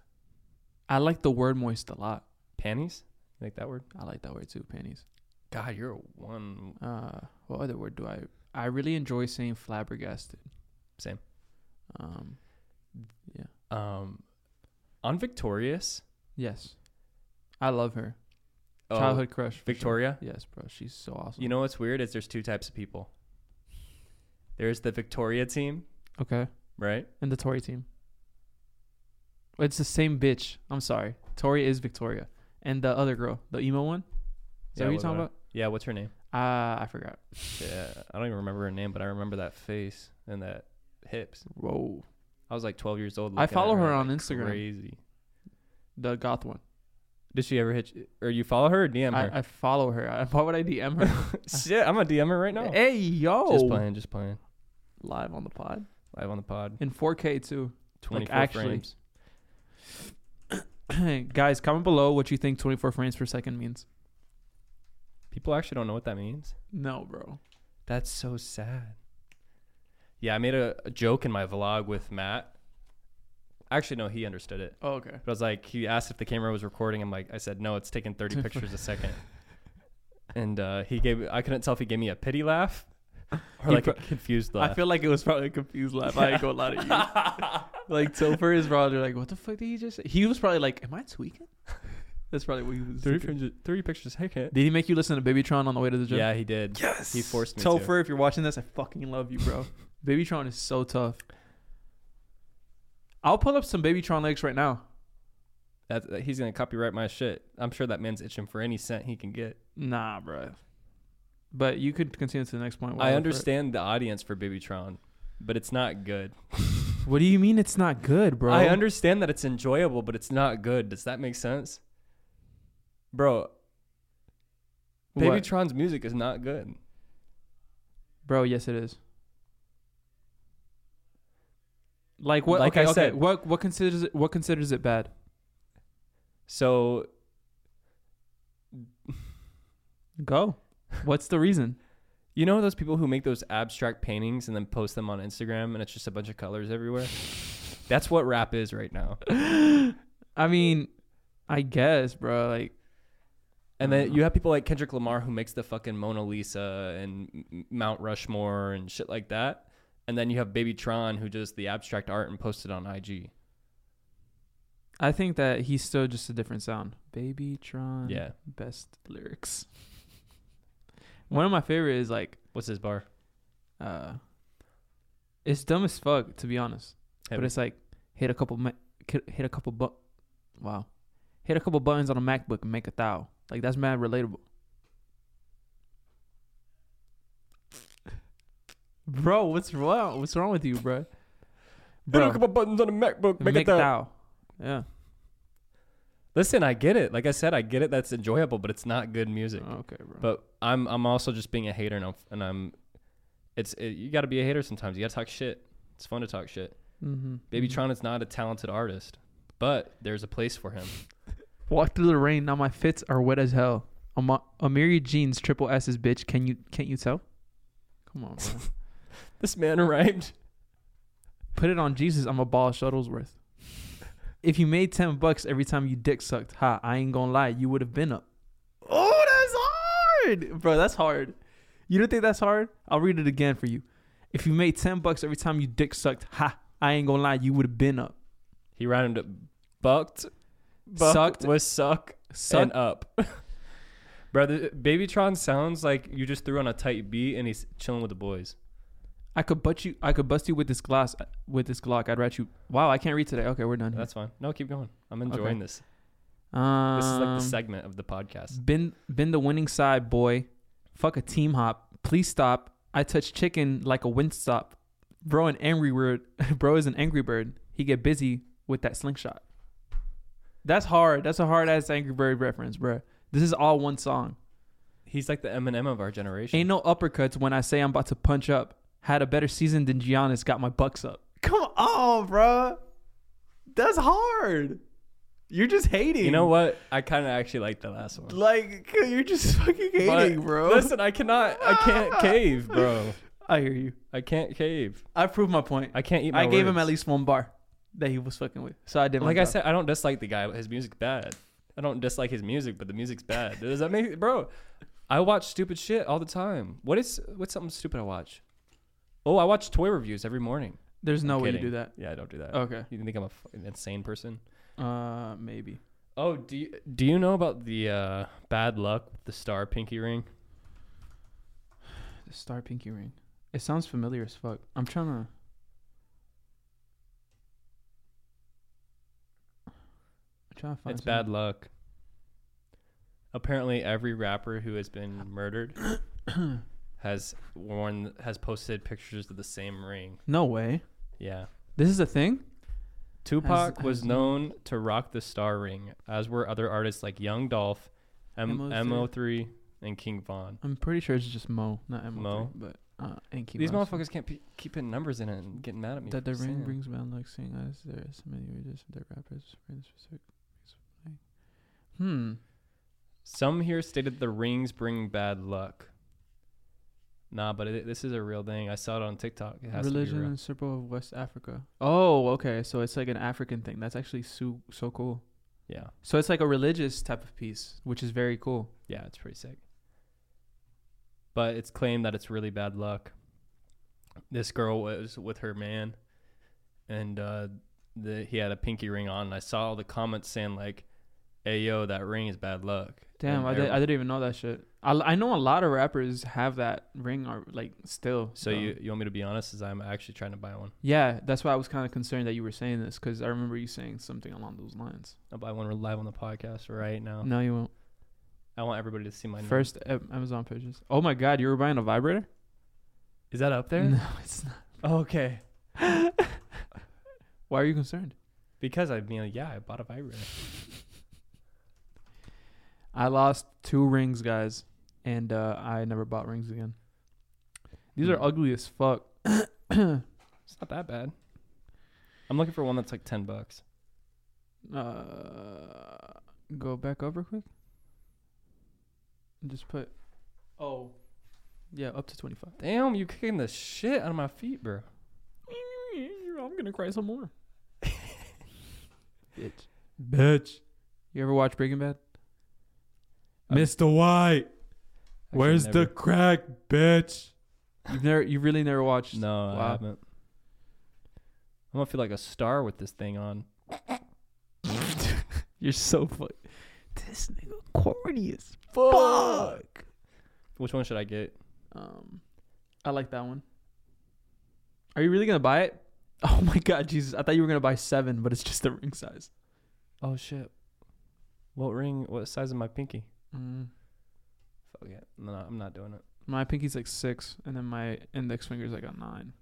B: I like the word moist a lot.
A: panties? You like that word?
B: I like that word too, panties.
A: God, you're a one.
B: Uh, what other word do I? I really enjoy saying flabbergasted.
A: Same.
B: Um, yeah.
A: Um, on Victorious.
B: Yes. I love her.
A: oh,
B: Childhood crush. for sure.
A: Victoria.
B: Yes, bro. She's so awesome.
A: You know what's weird is there's two types of people. There's the Victoria team,
B: Okay.
A: right?
B: And the Tory team. It's the same bitch. I'm sorry. Tori is Victoria. And the other girl, the emo one. Is that what you're
A: what
B: talking
A: about
B: about?
A: Yeah, what's her name?
B: Uh, I forgot.
A: Yeah, I don't even remember her name, but I remember that face and that hips.
B: Whoa.
A: I was like 12 years old. looking
B: I
A: at
B: follow her
A: like,
B: on Instagram.
A: Crazy.
B: The goth one.
A: Did she ever hit? You? Or you follow her or DM her? [LAUGHS]
B: I, I follow her. [LAUGHS] I, why would I DM her?
A: Shit, I'm gonna DM her right now.
B: Hey, yo.
A: Just playing, just playing.
B: Live on the pod.
A: Live on the pod.
B: In 4K, too. [CLEARS THROAT]
A: 24
B: actually.
A: frames.
B: Guys, comment below what you think 24 frames per second means.
A: People actually don't know what that means.
B: No, bro.
A: That's so sad. Yeah, I made a, a joke in my vlog with Matt. Actually, no, he understood it.
B: Oh, okay.
A: But I was like, he asked if the camera was recording. I'm like, I said no, it's taking [LAUGHS] 30 pictures a second. And uh, he gave. I couldn't tell if he gave me a pity laugh or
B: He
A: like a
B: pro-
A: confused laugh. [LAUGHS]
B: I feel like it was probably a confused laugh. I ain't gonna lie to you. like Topher
A: [LAUGHS]
B: is probably like, what the fuck did he just say? He was probably like, am I tweaking? [LAUGHS] That's probably what he was. thinking.
A: pictures, 30 pictures a second.
B: Did he make you listen to Babytron on the way to the gym?
A: Yeah, he did.
B: Yes.
A: He forced me to.
B: Topher, if you're watching this, I fucking love you, [LAUGHS] bro. Babytron is so tough. I'll pull up some Babytron legs right now.
A: That's, that- he's gonna copyright my shit. I'm sure that man's itching for any cent he can get.
B: Nah, bro. But you could continue to the next point. while
A: I
B: look for it.
A: understand the audience for Babytron, but it's not good.
B: What do you mean it's not good, bro?
A: I understand that it's enjoyable, but it's not good. Does that make sense, bro?
B: What?
A: Babytron's music is not good.
B: Bro, yes, it is. Like what?
A: Like
B: okay,
A: I
B: okay.
A: said-
B: what what considers it, what considers it bad?
A: So
B: Go. What's the reason?
A: you know those people who make those abstract paintings and then post them on Instagram, and it's just a bunch of colors everywhere. [LAUGHS] That's what rap is right now.
B: I mean, I guess, bro. Like,
A: And
B: I
A: then
B: dunno.
A: you have people like Kendrick Lamar who makes the fucking Mona Lisa and M- M- Mount Rushmore and shit like that. And then you have Baby Tron who does the abstract art and posts it on IG.
B: I think that he's still just a different sound. Baby Tron.
A: Yeah.
B: Best lyrics. [LAUGHS] One of my favorite is like,
A: What's his bar?
B: uh, it's dumb as fuck to be honest.
A: Hit
B: but
A: me.
B: it's like hit a couple ma- hit, hit a couple bu- wow, hit a couple buttons on a MacBook and make a thou. Like that's mad relatable. [LAUGHS] Bro, what's wrong? What's wrong with you, bro?
A: Hit a couple buttons on a MacBook. Make,
B: make,
A: it
B: a
A: thou.
B: thou. Yeah.
A: Listen, I get it. Like I said, I get it. That's enjoyable, but it's not good music.
B: Okay, bro.
A: But I'm I'm also just being a hater, and I'm, and I'm it's it, you got to be a hater sometimes. You got to talk shit. It's fun to talk shit.
B: mm-hmm.
A: Baby Tron is not a talented artist, but there's a place for him.
B: Walk through the rain. Now my fits are wet as hell. Ama- Amiri jeans, triple S's, bitch. Can you can't you tell? Come on, bro.
A: [LAUGHS] this man rhymed.
B: Put it on Jesus. I'm a ball Shuttlesworth. If you made ten bucks every time you dick sucked, ha! I ain't gonna lie, you would have been up. Oh, that's hard, bro. That's hard. You don't think that's hard? I'll read it again for you. If you made ten bucks every time you dick sucked, ha! I ain't gonna lie, you would have been up.
A: He rhymed bucked, buck
B: Sucked.
A: was suck and
B: Suck.
A: up. [LAUGHS] Brother, Baby Tron sounds like you just threw on a tight beat and he's chilling with the boys.
B: I could butt you. I could bust you with this glass. With this Glock, I'd rat you. Wow, I can't read today. Okay, we're done. Here.
A: That's fine. No, keep going. I'm enjoying
B: Okay.
A: this.
B: Um,
A: This is like the segment of the podcast.
B: Been been the winning side, boy. Fuck a team hop. Please stop. I touch chicken like a windstop. Bro, an angry bird. [LAUGHS] Bro is an angry bird. He get busy with that slingshot. That's hard. That's a hard ass angry bird reference, bro. This is all one song.
A: He's like the Eminem of our generation.
B: Ain't no uppercuts when I say I'm about to punch up. Had a better season than Giannis. Got my bucks up. [LAUGHS] Come on, bro. That's hard. You're just hating.
A: You know what? I kind of actually like the last one.
B: Like you're just [LAUGHS] fucking
A: But Listen, I cannot. I
B: [LAUGHS]
A: can't cave, bro.
B: I hear you.
A: I can't cave.
B: I proved my point.
A: I can't eat. My
B: I gave him
A: words.
B: at least one bar that he was fucking with. So I didn't.
A: Like I said, I don't dislike the guy. But his music's bad. I don't dislike his music, but the music's bad. Does that make bro? I watch stupid shit all the time. What is what's something stupid I watch? Oh, I watch toy reviews every morning.
B: there's no
A: I'm
B: way you
A: kidding.
B: do that. Oh.
A: Yeah, I don't do that.
B: Okay.
A: You think I'm a fucking insane person?
B: Uh, maybe.
A: Oh, do you, do you know about the uh, bad luck, with the star pinky ring?
B: The star pinky ring. It sounds familiar as fuck. I'm trying to. I'm trying to find.
A: it's
B: something.
A: bad luck. Apparently, every rapper who has been
B: [COUGHS]
A: murdered has worn has posted pictures of the same ring.
B: No way.
A: Yeah,
B: This is a thing.
A: Tupac
B: Has-
A: was
B: has-
A: known to rock the star ring, as were other artists like Young Dolph, M-
B: MO3.
A: Mo3, and King Von.
B: I'm pretty sure it's just Mo, not M.
A: Mo.
B: but uh, and Key
A: These
B: West.
A: motherfuckers can't pe- keep putting numbers in it and getting mad at me.
B: That
A: for
B: the ring
A: saying.
B: brings bad luck, seeing as there are so many readers of their rappers for this specific reason. Hmm.
A: Some here stated the rings bring bad luck. Nah, but it, this is a real thing. I saw it on TikTok. It has to be
B: Religion
A: real.
B: and circle of West Africa. Oh, okay. So it's like an African thing. That's actually so so cool.
A: Yeah.
B: So it's like a religious type of piece, which is very cool.
A: Yeah, it's pretty sick. But it's claimed that it's really bad luck. This girl was with her man, and uh, the, he had a pinky ring on. And I saw all the comments saying like, "Hey yo, that ring is bad luck."
B: Damn,
A: And
B: I, did, I
A: every-
B: didn't even know that shit. I, I know a lot of rappers have that ring or like still.
A: So you you want me to be honest? Is I'm actually trying to buy one.
B: Yeah, that's why I was kind of concerned that you were saying this because I remember you saying something along those lines.
A: I'll buy one live on the podcast right now.
B: No, you won't.
A: I want everybody to see my name.
B: First a- Amazon purchase. Oh my God, you were buying
A: [LAUGHS]
B: a vibrator?
A: Is that up there? Oh,
B: No, it's not.
A: okay.
B: Why are you concerned?
A: Because I mean, yeah, I bought a vibrator.
B: I lost two rings, guys, and uh, I never bought rings again. These are
A: Hmm.
B: ugly as fuck. [COUGHS]
A: It's not that bad. I'm looking for one that's like ten bucks.
B: Uh, go back over quick. And Just put. Oh. Yeah, up to 25.
A: Damn, you kicking the shit out of my feet, bro.
B: I'm going to cry some more. [LAUGHS] Bitch. Bitch. You ever watch Breaking Bad?
A: I've-
B: Mr. White,
A: Actually, never.
B: crack, bitch? You've never, you really never watched.
A: [LAUGHS] No, I
B: Wow.
A: haven't. I'm gonna feel like a star with this thing on.
B: [LAUGHS] You're so fuck. This nigga corny as fuck.
A: Which one should I get?
B: Um, I like that one. Are you really gonna buy it? [LAUGHS] Oh my god, Jesus! I thought you were gonna buy seven, but it's just the ring size.
A: Oh shit. What ring? What size is my pinky?
B: Mm.
A: Fuck it. No, I'm not doing it.
B: My pinky's like six, and then my index finger's like a nine.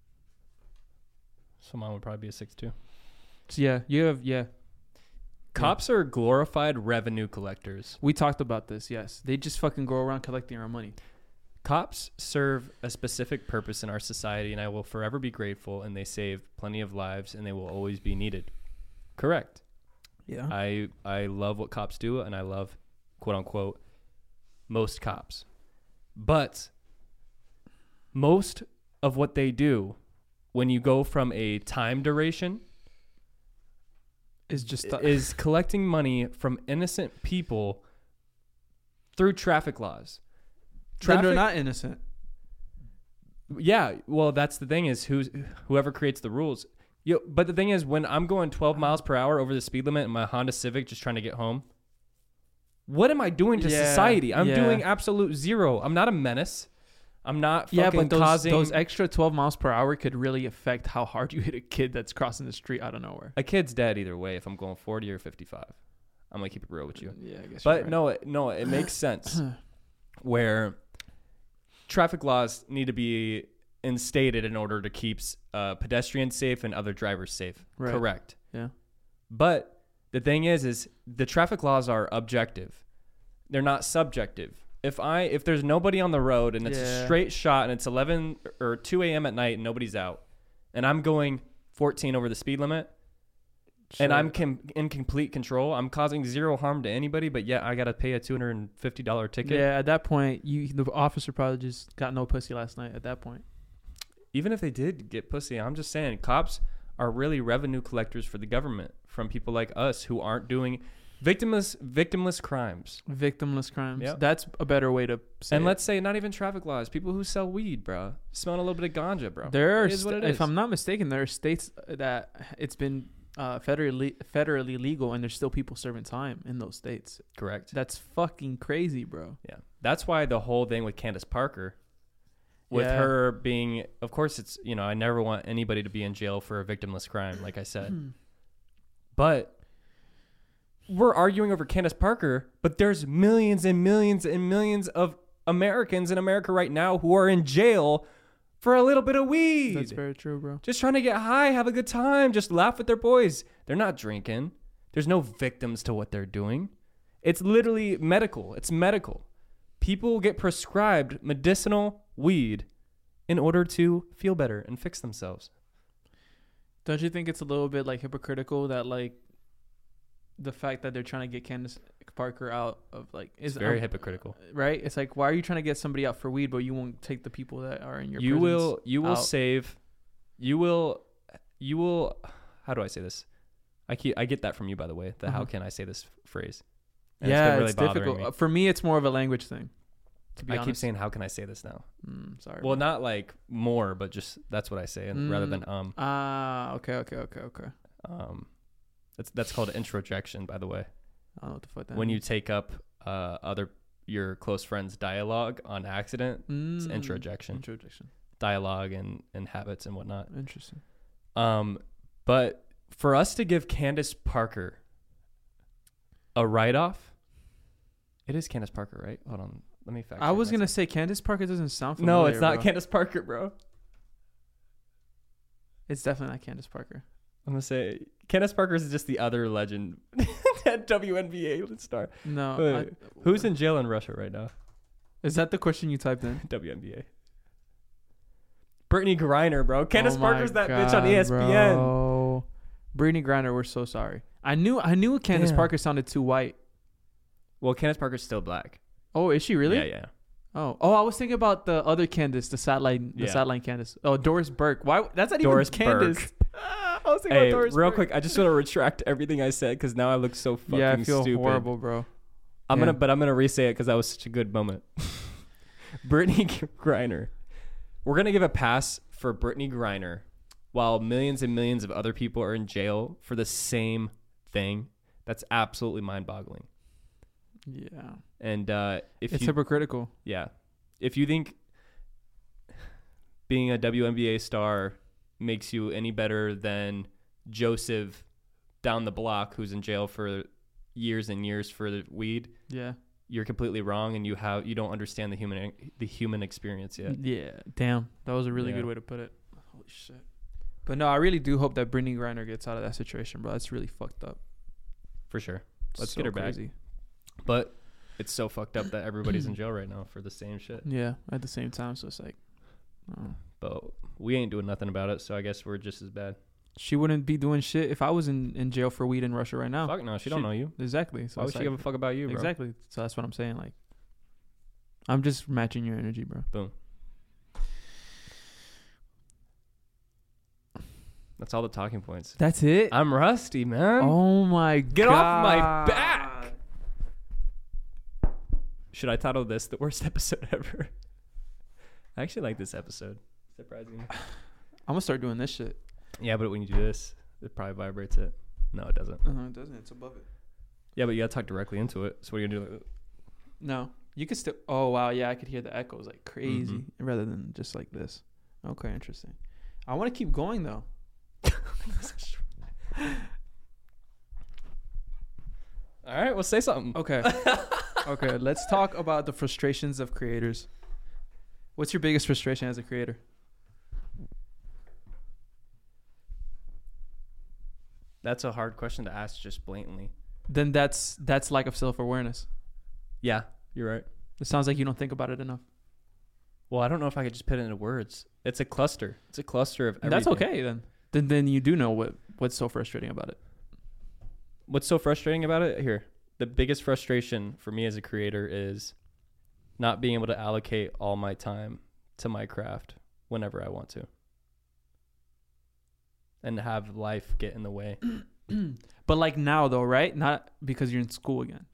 A: So mine would probably be a six two.
B: So yeah, you have yeah.
A: Cops are glorified revenue collectors.
B: We talked about this. Yes, they just fucking go around collecting our money.
A: Cops serve a specific purpose in our society, and I will forever be grateful. And they saved plenty of lives, and they will always be needed. Correct.
B: Yeah.
A: I I love what cops do, and I love quote unquote most cops, but most of what they do when you go from a time duration
B: it's just the- [LAUGHS]
A: is collecting money from innocent people through traffic laws.
B: Then
A: Traffic-
B: they're not innocent.
A: Yeah, well, that's the thing is who's whoever creates the rules. Yo, but the thing is, when I'm going 12 miles per hour over the speed limit in my Honda Civic, just trying to get home, what am I doing to
B: Yeah,
A: society? I'm
B: yeah.
A: doing absolute zero. I'm not a menace. I'm not fucking
B: Yeah, but those,
A: causing.
B: those extra 12 miles per hour could really affect how hard [LAUGHS] you hit a kid that's crossing the street out of nowhere.
A: a kid's dead either way. If I'm going 40 or 55, I'm gonna keep it real with you.
B: Yeah, I guess.
A: But no, it, no, it
B: [LAUGHS]
A: makes sense. where traffic laws need to be instated in order to keep uh, pedestrians safe and other drivers safe.
B: Right.
A: Correct.
B: Yeah.
A: But the thing is, is the traffic laws are objective. They're not subjective. If I if there's nobody on the road and it's a
B: Yeah.
A: straight shot and it's 11 or 2 a.m. at night and nobody's out, and I'm going 14 over the speed limit, and I'm com- in complete control, I'm causing zero harm to anybody, but yet I got to pay a $250 ticket.
B: Yeah, at that point, you the officer probably just got no pussy last night. At that point,
A: even if they did get pussy, I'm just saying cops are really revenue collectors for the government from people like us who aren't doing victimless victimless crimes.
B: victimless crimes.
A: Yep.
B: That's a better way to say.
A: and
B: it.
A: let's say not even traffic laws, people who sell weed, bro, smelling a little bit of ganja, bro.
B: there are
A: It is what
B: st-
A: it
B: if
A: is.
B: I'm not mistaken, there are states that it's been uh, federally federally legal, and there's still people serving time in those states.
A: correct.
B: That's fucking crazy, bro.
A: Yeah. That's why the whole thing with Candace Parker with
B: Yeah.
A: her being of course it's, you know, I never want anybody to be in jail for a victimless crime like I
B: Hmm.
A: said. but we're arguing over Candace Parker, but there's millions and millions and millions of Americans in America right now who are in jail for a little bit of weed.
B: That's very true, bro.
A: just trying to get high, have a good time, just laugh with their boys. They're not drinking. There's no victims to what they're doing. It's literally medical. It's medical. People get prescribed medicinal weed in order to feel better and fix themselves.
B: Don't you think it's a little bit like hypocritical that like the fact that they're trying to get Candace Parker out of like is
A: It's very
B: um,
A: hypocritical.
B: right? It's like why are you trying to get somebody out for weed but you won't take the people that are in your
A: You
B: prisons?
A: will you will
B: out.
A: save you will you will how do I say this? I keep I get that from you by the way. The how
B: Mhm.
A: can I say this phrase? And been
B: yeah, it's,
A: bothering
B: difficult
A: me.
B: Uh, for me. It's more of a language thing. To be
A: I
B: honest,
A: keep saying how can I say this now?
B: Mm, sorry.
A: Well, not like more, but just that's what I say, and
B: Mm.
A: rather than um,
B: ah, okay, okay, okay, okay.
A: um, that's that's called introjection, by the way.
B: I don't know what the fuck that.
A: when you
B: means.
A: take up uh other your close friends' dialogue on accident, it's
B: Mm,
A: introjection,
B: Introjection.
A: dialogue and and habits and whatnot.
B: Interesting.
A: Um, but for us to give Candace Parker a write off, it is Candace Parker, right? Hold on, let me fact.
B: I
A: check
B: was gonna
A: myself.
B: say Candace Parker doesn't sound familiar.
A: No, it's not
B: bro.
A: Candace Parker, bro.
B: it's definitely not Candace Parker.
A: I'm gonna say Candace Parker is just the other legend [LAUGHS] at WNBA star.
B: No.
A: Wait,
B: I-
A: Who's in jail in Russia right now? [LAUGHS]
B: Is that the question you typed in?
A: WNBA. Brittany Griner, bro. [LAUGHS] Candace
B: Oh my
A: Parker's that bitch on E
B: God,
A: ESPN.
B: Bro. Brittany Griner, we're so sorry. I knew I knew Candace
A: Damn.
B: Parker sounded too white.
A: Well, Candace Parker's still black.
B: Oh, is she really?
A: Yeah, yeah.
B: Oh, oh, I was thinking about the other Candace, the sideline, the
A: Yeah.
B: sideline Candace. Oh, Doris Burke. Why? That's not
A: Doris
B: even Candace.
A: Burke.
B: Ah, [LAUGHS] I was thinking
A: Hey,
B: about Doris.
A: real
B: Burke.
A: quick, I just want to retract everything I said because now I look so fucking
B: yeah, I feel
A: stupid.
B: horrible, bro.
A: I'm
B: Yeah.
A: gonna, but I'm gonna re-say it because that was such a good moment. [LAUGHS] Brittany Griner. We're gonna give a pass for Brittany Griner, while millions and millions of other people are in jail for the same thing. That's absolutely mind-boggling.
B: Yeah,
A: And uh, if
B: it's
A: you,
B: hypocritical.
A: yeah, if you think being a WNBA star makes you any better than Joseph down the block who's in jail for years and years for the weed,
B: Yeah.
A: you're completely wrong and you have you don't understand the human the human experience
B: Yeah.
A: yet.
B: Damn. That was a really
A: Yeah.
B: good way to put it. Holy shit. But no, I really do hope that Brittany Griner gets out of that situation, bro. That's really fucked up.
A: For sure. Let's
B: So
A: get her back.
B: crazy.
A: But it's so fucked up that everybody's in jail right now for the same shit.
B: Yeah. At the same time, so it's like, oh.
A: But we ain't doing nothing about it, so I guess we're just as bad.
B: she wouldn't be doing shit if I was in, in jail for weed in Russia right now.
A: Fuck no, she don't
B: She-
A: know you.
B: Exactly.
A: Oh,
B: So
A: Why would
B: it's
A: she
B: like,
A: give a fuck about you, bro?
B: Exactly. So that's what I'm saying. Like, I'm just matching your energy, bro.
A: That's all the talking points.
B: That's it.
A: I'm rusty, man.
B: oh my
A: Get
B: god.
A: off my back. Should I title this the worst [LAUGHS] episode ever? I actually like this episode. Surprising.
B: I'm gonna start doing this shit.
A: Yeah, but when you do this, it probably vibrates it. No, it doesn't.
B: Uh, it doesn't. It's above it.
A: Yeah, but you gotta talk directly into it. So what are you gonna do?
B: No, you could still. Oh wow, yeah, I could hear the echoes like crazy, rather than just like this. Okay, interesting. I want to keep going though.
A: All right, well say something.
B: [LAUGHS] Okay. okay, let's talk about the frustrations of creators. What's your biggest frustration as a creator?
A: That's a hard question to ask just blatantly.
B: Then that's that's lack of self awareness.
A: Yeah, you're right.
B: It sounds like you don't think about it enough.
A: Well, I don't know if I could just put it into words. It's a cluster. It's a cluster of everything.
B: And that's okay then. Then then you do know what what's so frustrating about it.
A: What's so frustrating about it? Here, the biggest frustration for me as a creator is not being able to allocate all my time to my craft whenever I want to. And have life get in the way.
B: [CLEARS THROAT] But like now though, right? Not because you're in school again.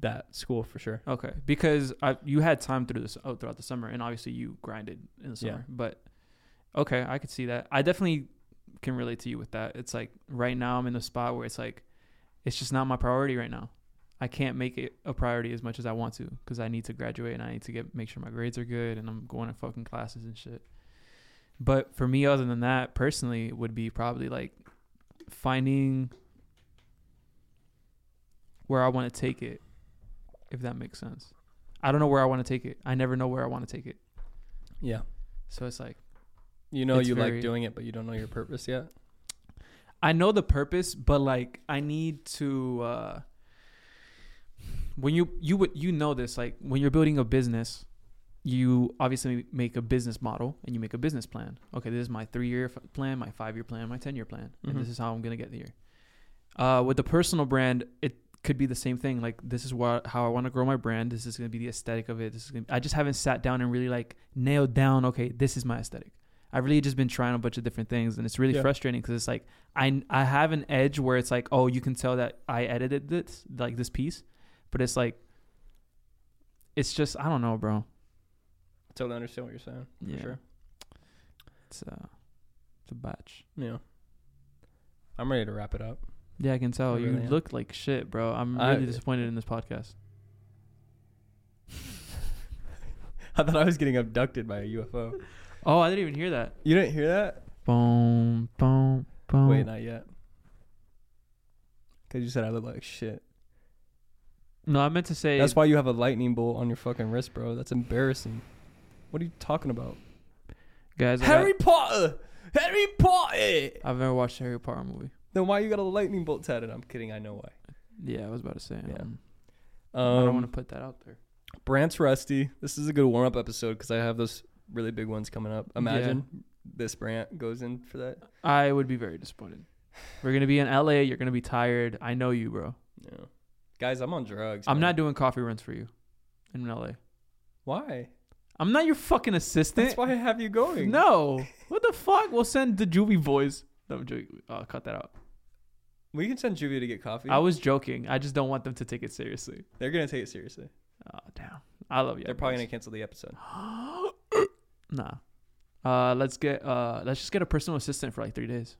A: That school for sure.
B: Okay, because I, you had time through this oh, throughout the summer, and obviously you grinded in the
A: Yeah.
B: summer. But okay, I could see that. I definitely can relate to you with that. It's like right now I'm in the spot where it's like it's just not my priority right now. I can't make it a priority as much as I want to because I need to graduate and I need to get make sure my grades are good and I'm going to fucking classes and shit. But for me, other than that, personally, it would be probably like finding where I want to take it, if that makes sense. I don't know where I want to take it. I never know where I want to take it.
A: Yeah.
B: So it's like
A: You know
B: It's
A: you
B: very-
A: like doing it, but you don't know your purpose yet.
B: I know the purpose, but like I need to uh when you you would you know this like when you're building a business, you obviously make a business model and you make a business plan. Okay, this is my 3-year f- plan, my 5-year plan, my 10-year plan,
A: Mhm.
B: and this is how I'm going to get here. Uh with the personal brand, it could be the same thing. Like this is what how I want to grow my brand. This is going to be the aesthetic of it. This is gonna I just haven't sat down and really like nailed down, okay, this is my aesthetic. I've really just been trying a bunch of different things and it's really
A: Yeah.
B: frustrating cuz it's like I I have an edge where it's like, oh, you can tell that I edited this like this piece, but it's like, it's just I don't know, bro.
A: Totally understand what you're saying.
B: Yeah,
A: sure.
B: it's uh, it's a batch.
A: Yeah. I'm ready to wrap it up. [LAUGHS]
B: Yeah, I can tell
A: I
B: you
A: really am.
B: look like shit, bro. I'm
A: I-
B: really disappointed in this podcast.
A: I thought I was getting abducted by a UFO.
B: Oh, I didn't even hear that.
A: You didn't hear that?
B: Boom, boom, boom.
A: Wait, not yet. Because you said I look like shit.
B: no, I meant to say
A: That's why you have a lightning bolt on your fucking wrist, bro. That's embarrassing. What are you talking about?
B: guys. I
A: Harry
B: got-
A: Potter! Harry Potter!
B: I've never watched a Harry Potter movie.
A: Then why you got a lightning bolt tatted? I'm kidding. I know why.
B: Yeah, I was about to say.
A: Yeah.
B: um, I don't want
A: Um,
B: to put that out there.
A: Brant's rusty. This is a good warm up episode because I have those really big ones coming up. Imagine this Brant goes in for that.
B: I would be very disappointed. We're gonna be in LA. You're gonna be tired. I know you, bro.
A: Yeah. Guys, I'm on drugs.
B: I'm
A: man.
B: not doing coffee runs for you in LA.
A: Why?
B: I'm not your fucking assistant.
A: That's why I have you going.
B: No. What the fuck? We'll send the juvie boys. No, I'm joking. Uh, cut that out.
A: We can send Juvia to get coffee.
B: I was joking. I just don't want them to take it seriously.
A: They're going to take it seriously.
B: Oh, damn. I love you.
A: They're probably going to cancel the episode.
B: gonna. [GASPS] nah. Uh, let's get uh, let's just get a personal assistant for like three days.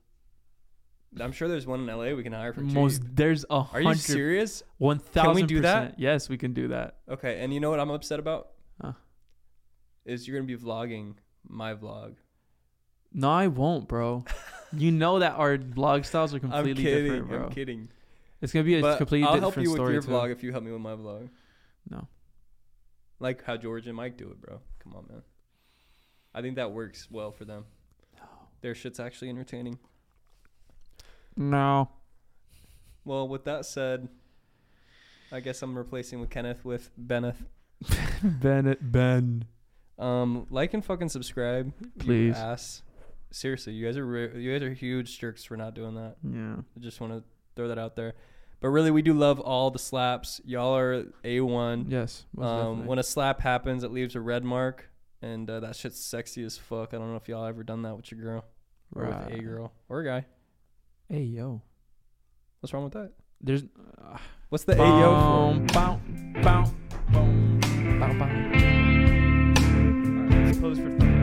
A: I'm sure there's one in LA we can hire for
B: Most
A: cheap.
B: there's a
A: Are you
B: hundred,
A: serious?
B: one thousand.
A: do that?
B: percent. Yes, we can do that.
A: Okay, and you know what I'm upset about?
B: Huh.
A: Is you're gonna be vlogging my vlog.
B: No, I won't,
A: [LAUGHS]
B: bro. you know that our vlog styles are completely
A: I'm kidding.
B: different, bro.
A: I'm kidding.
B: It's gonna be a
A: But
B: completely
A: I'll
B: different
A: help you with
B: story
A: your
B: too.
A: vlog if you help me with my vlog.
B: No.
A: Like how George and Mike do it, bro. Come on, man. I think that works well for them. Their shit's actually entertaining.
B: No.
A: Well, with that said, I guess I'm replacing with Kenneth with Benneth.
B: Bennett Ben.
A: Um, like and fucking subscribe, you
B: Please.
A: ass. Seriously, you guys are re- you guys are huge jerks for not doing that.
B: Yeah.
A: I just want to throw that out there. But really, we do love all the slaps. Y'all are a one.
B: Yes. most
A: Um,
B: definitely.
A: when a slap happens, it leaves a red mark, and uh, that shit's sexy as fuck. I don't know if y'all ever done that with your girl or with a
B: Right.
A: girl or a guy.
B: Hey yo.
A: What's wrong with that?
B: There's
A: What's the ayo
B: Bow, bow, bow, bow, bow, bow.
A: for? All right, let's pose for thumbnail. Oh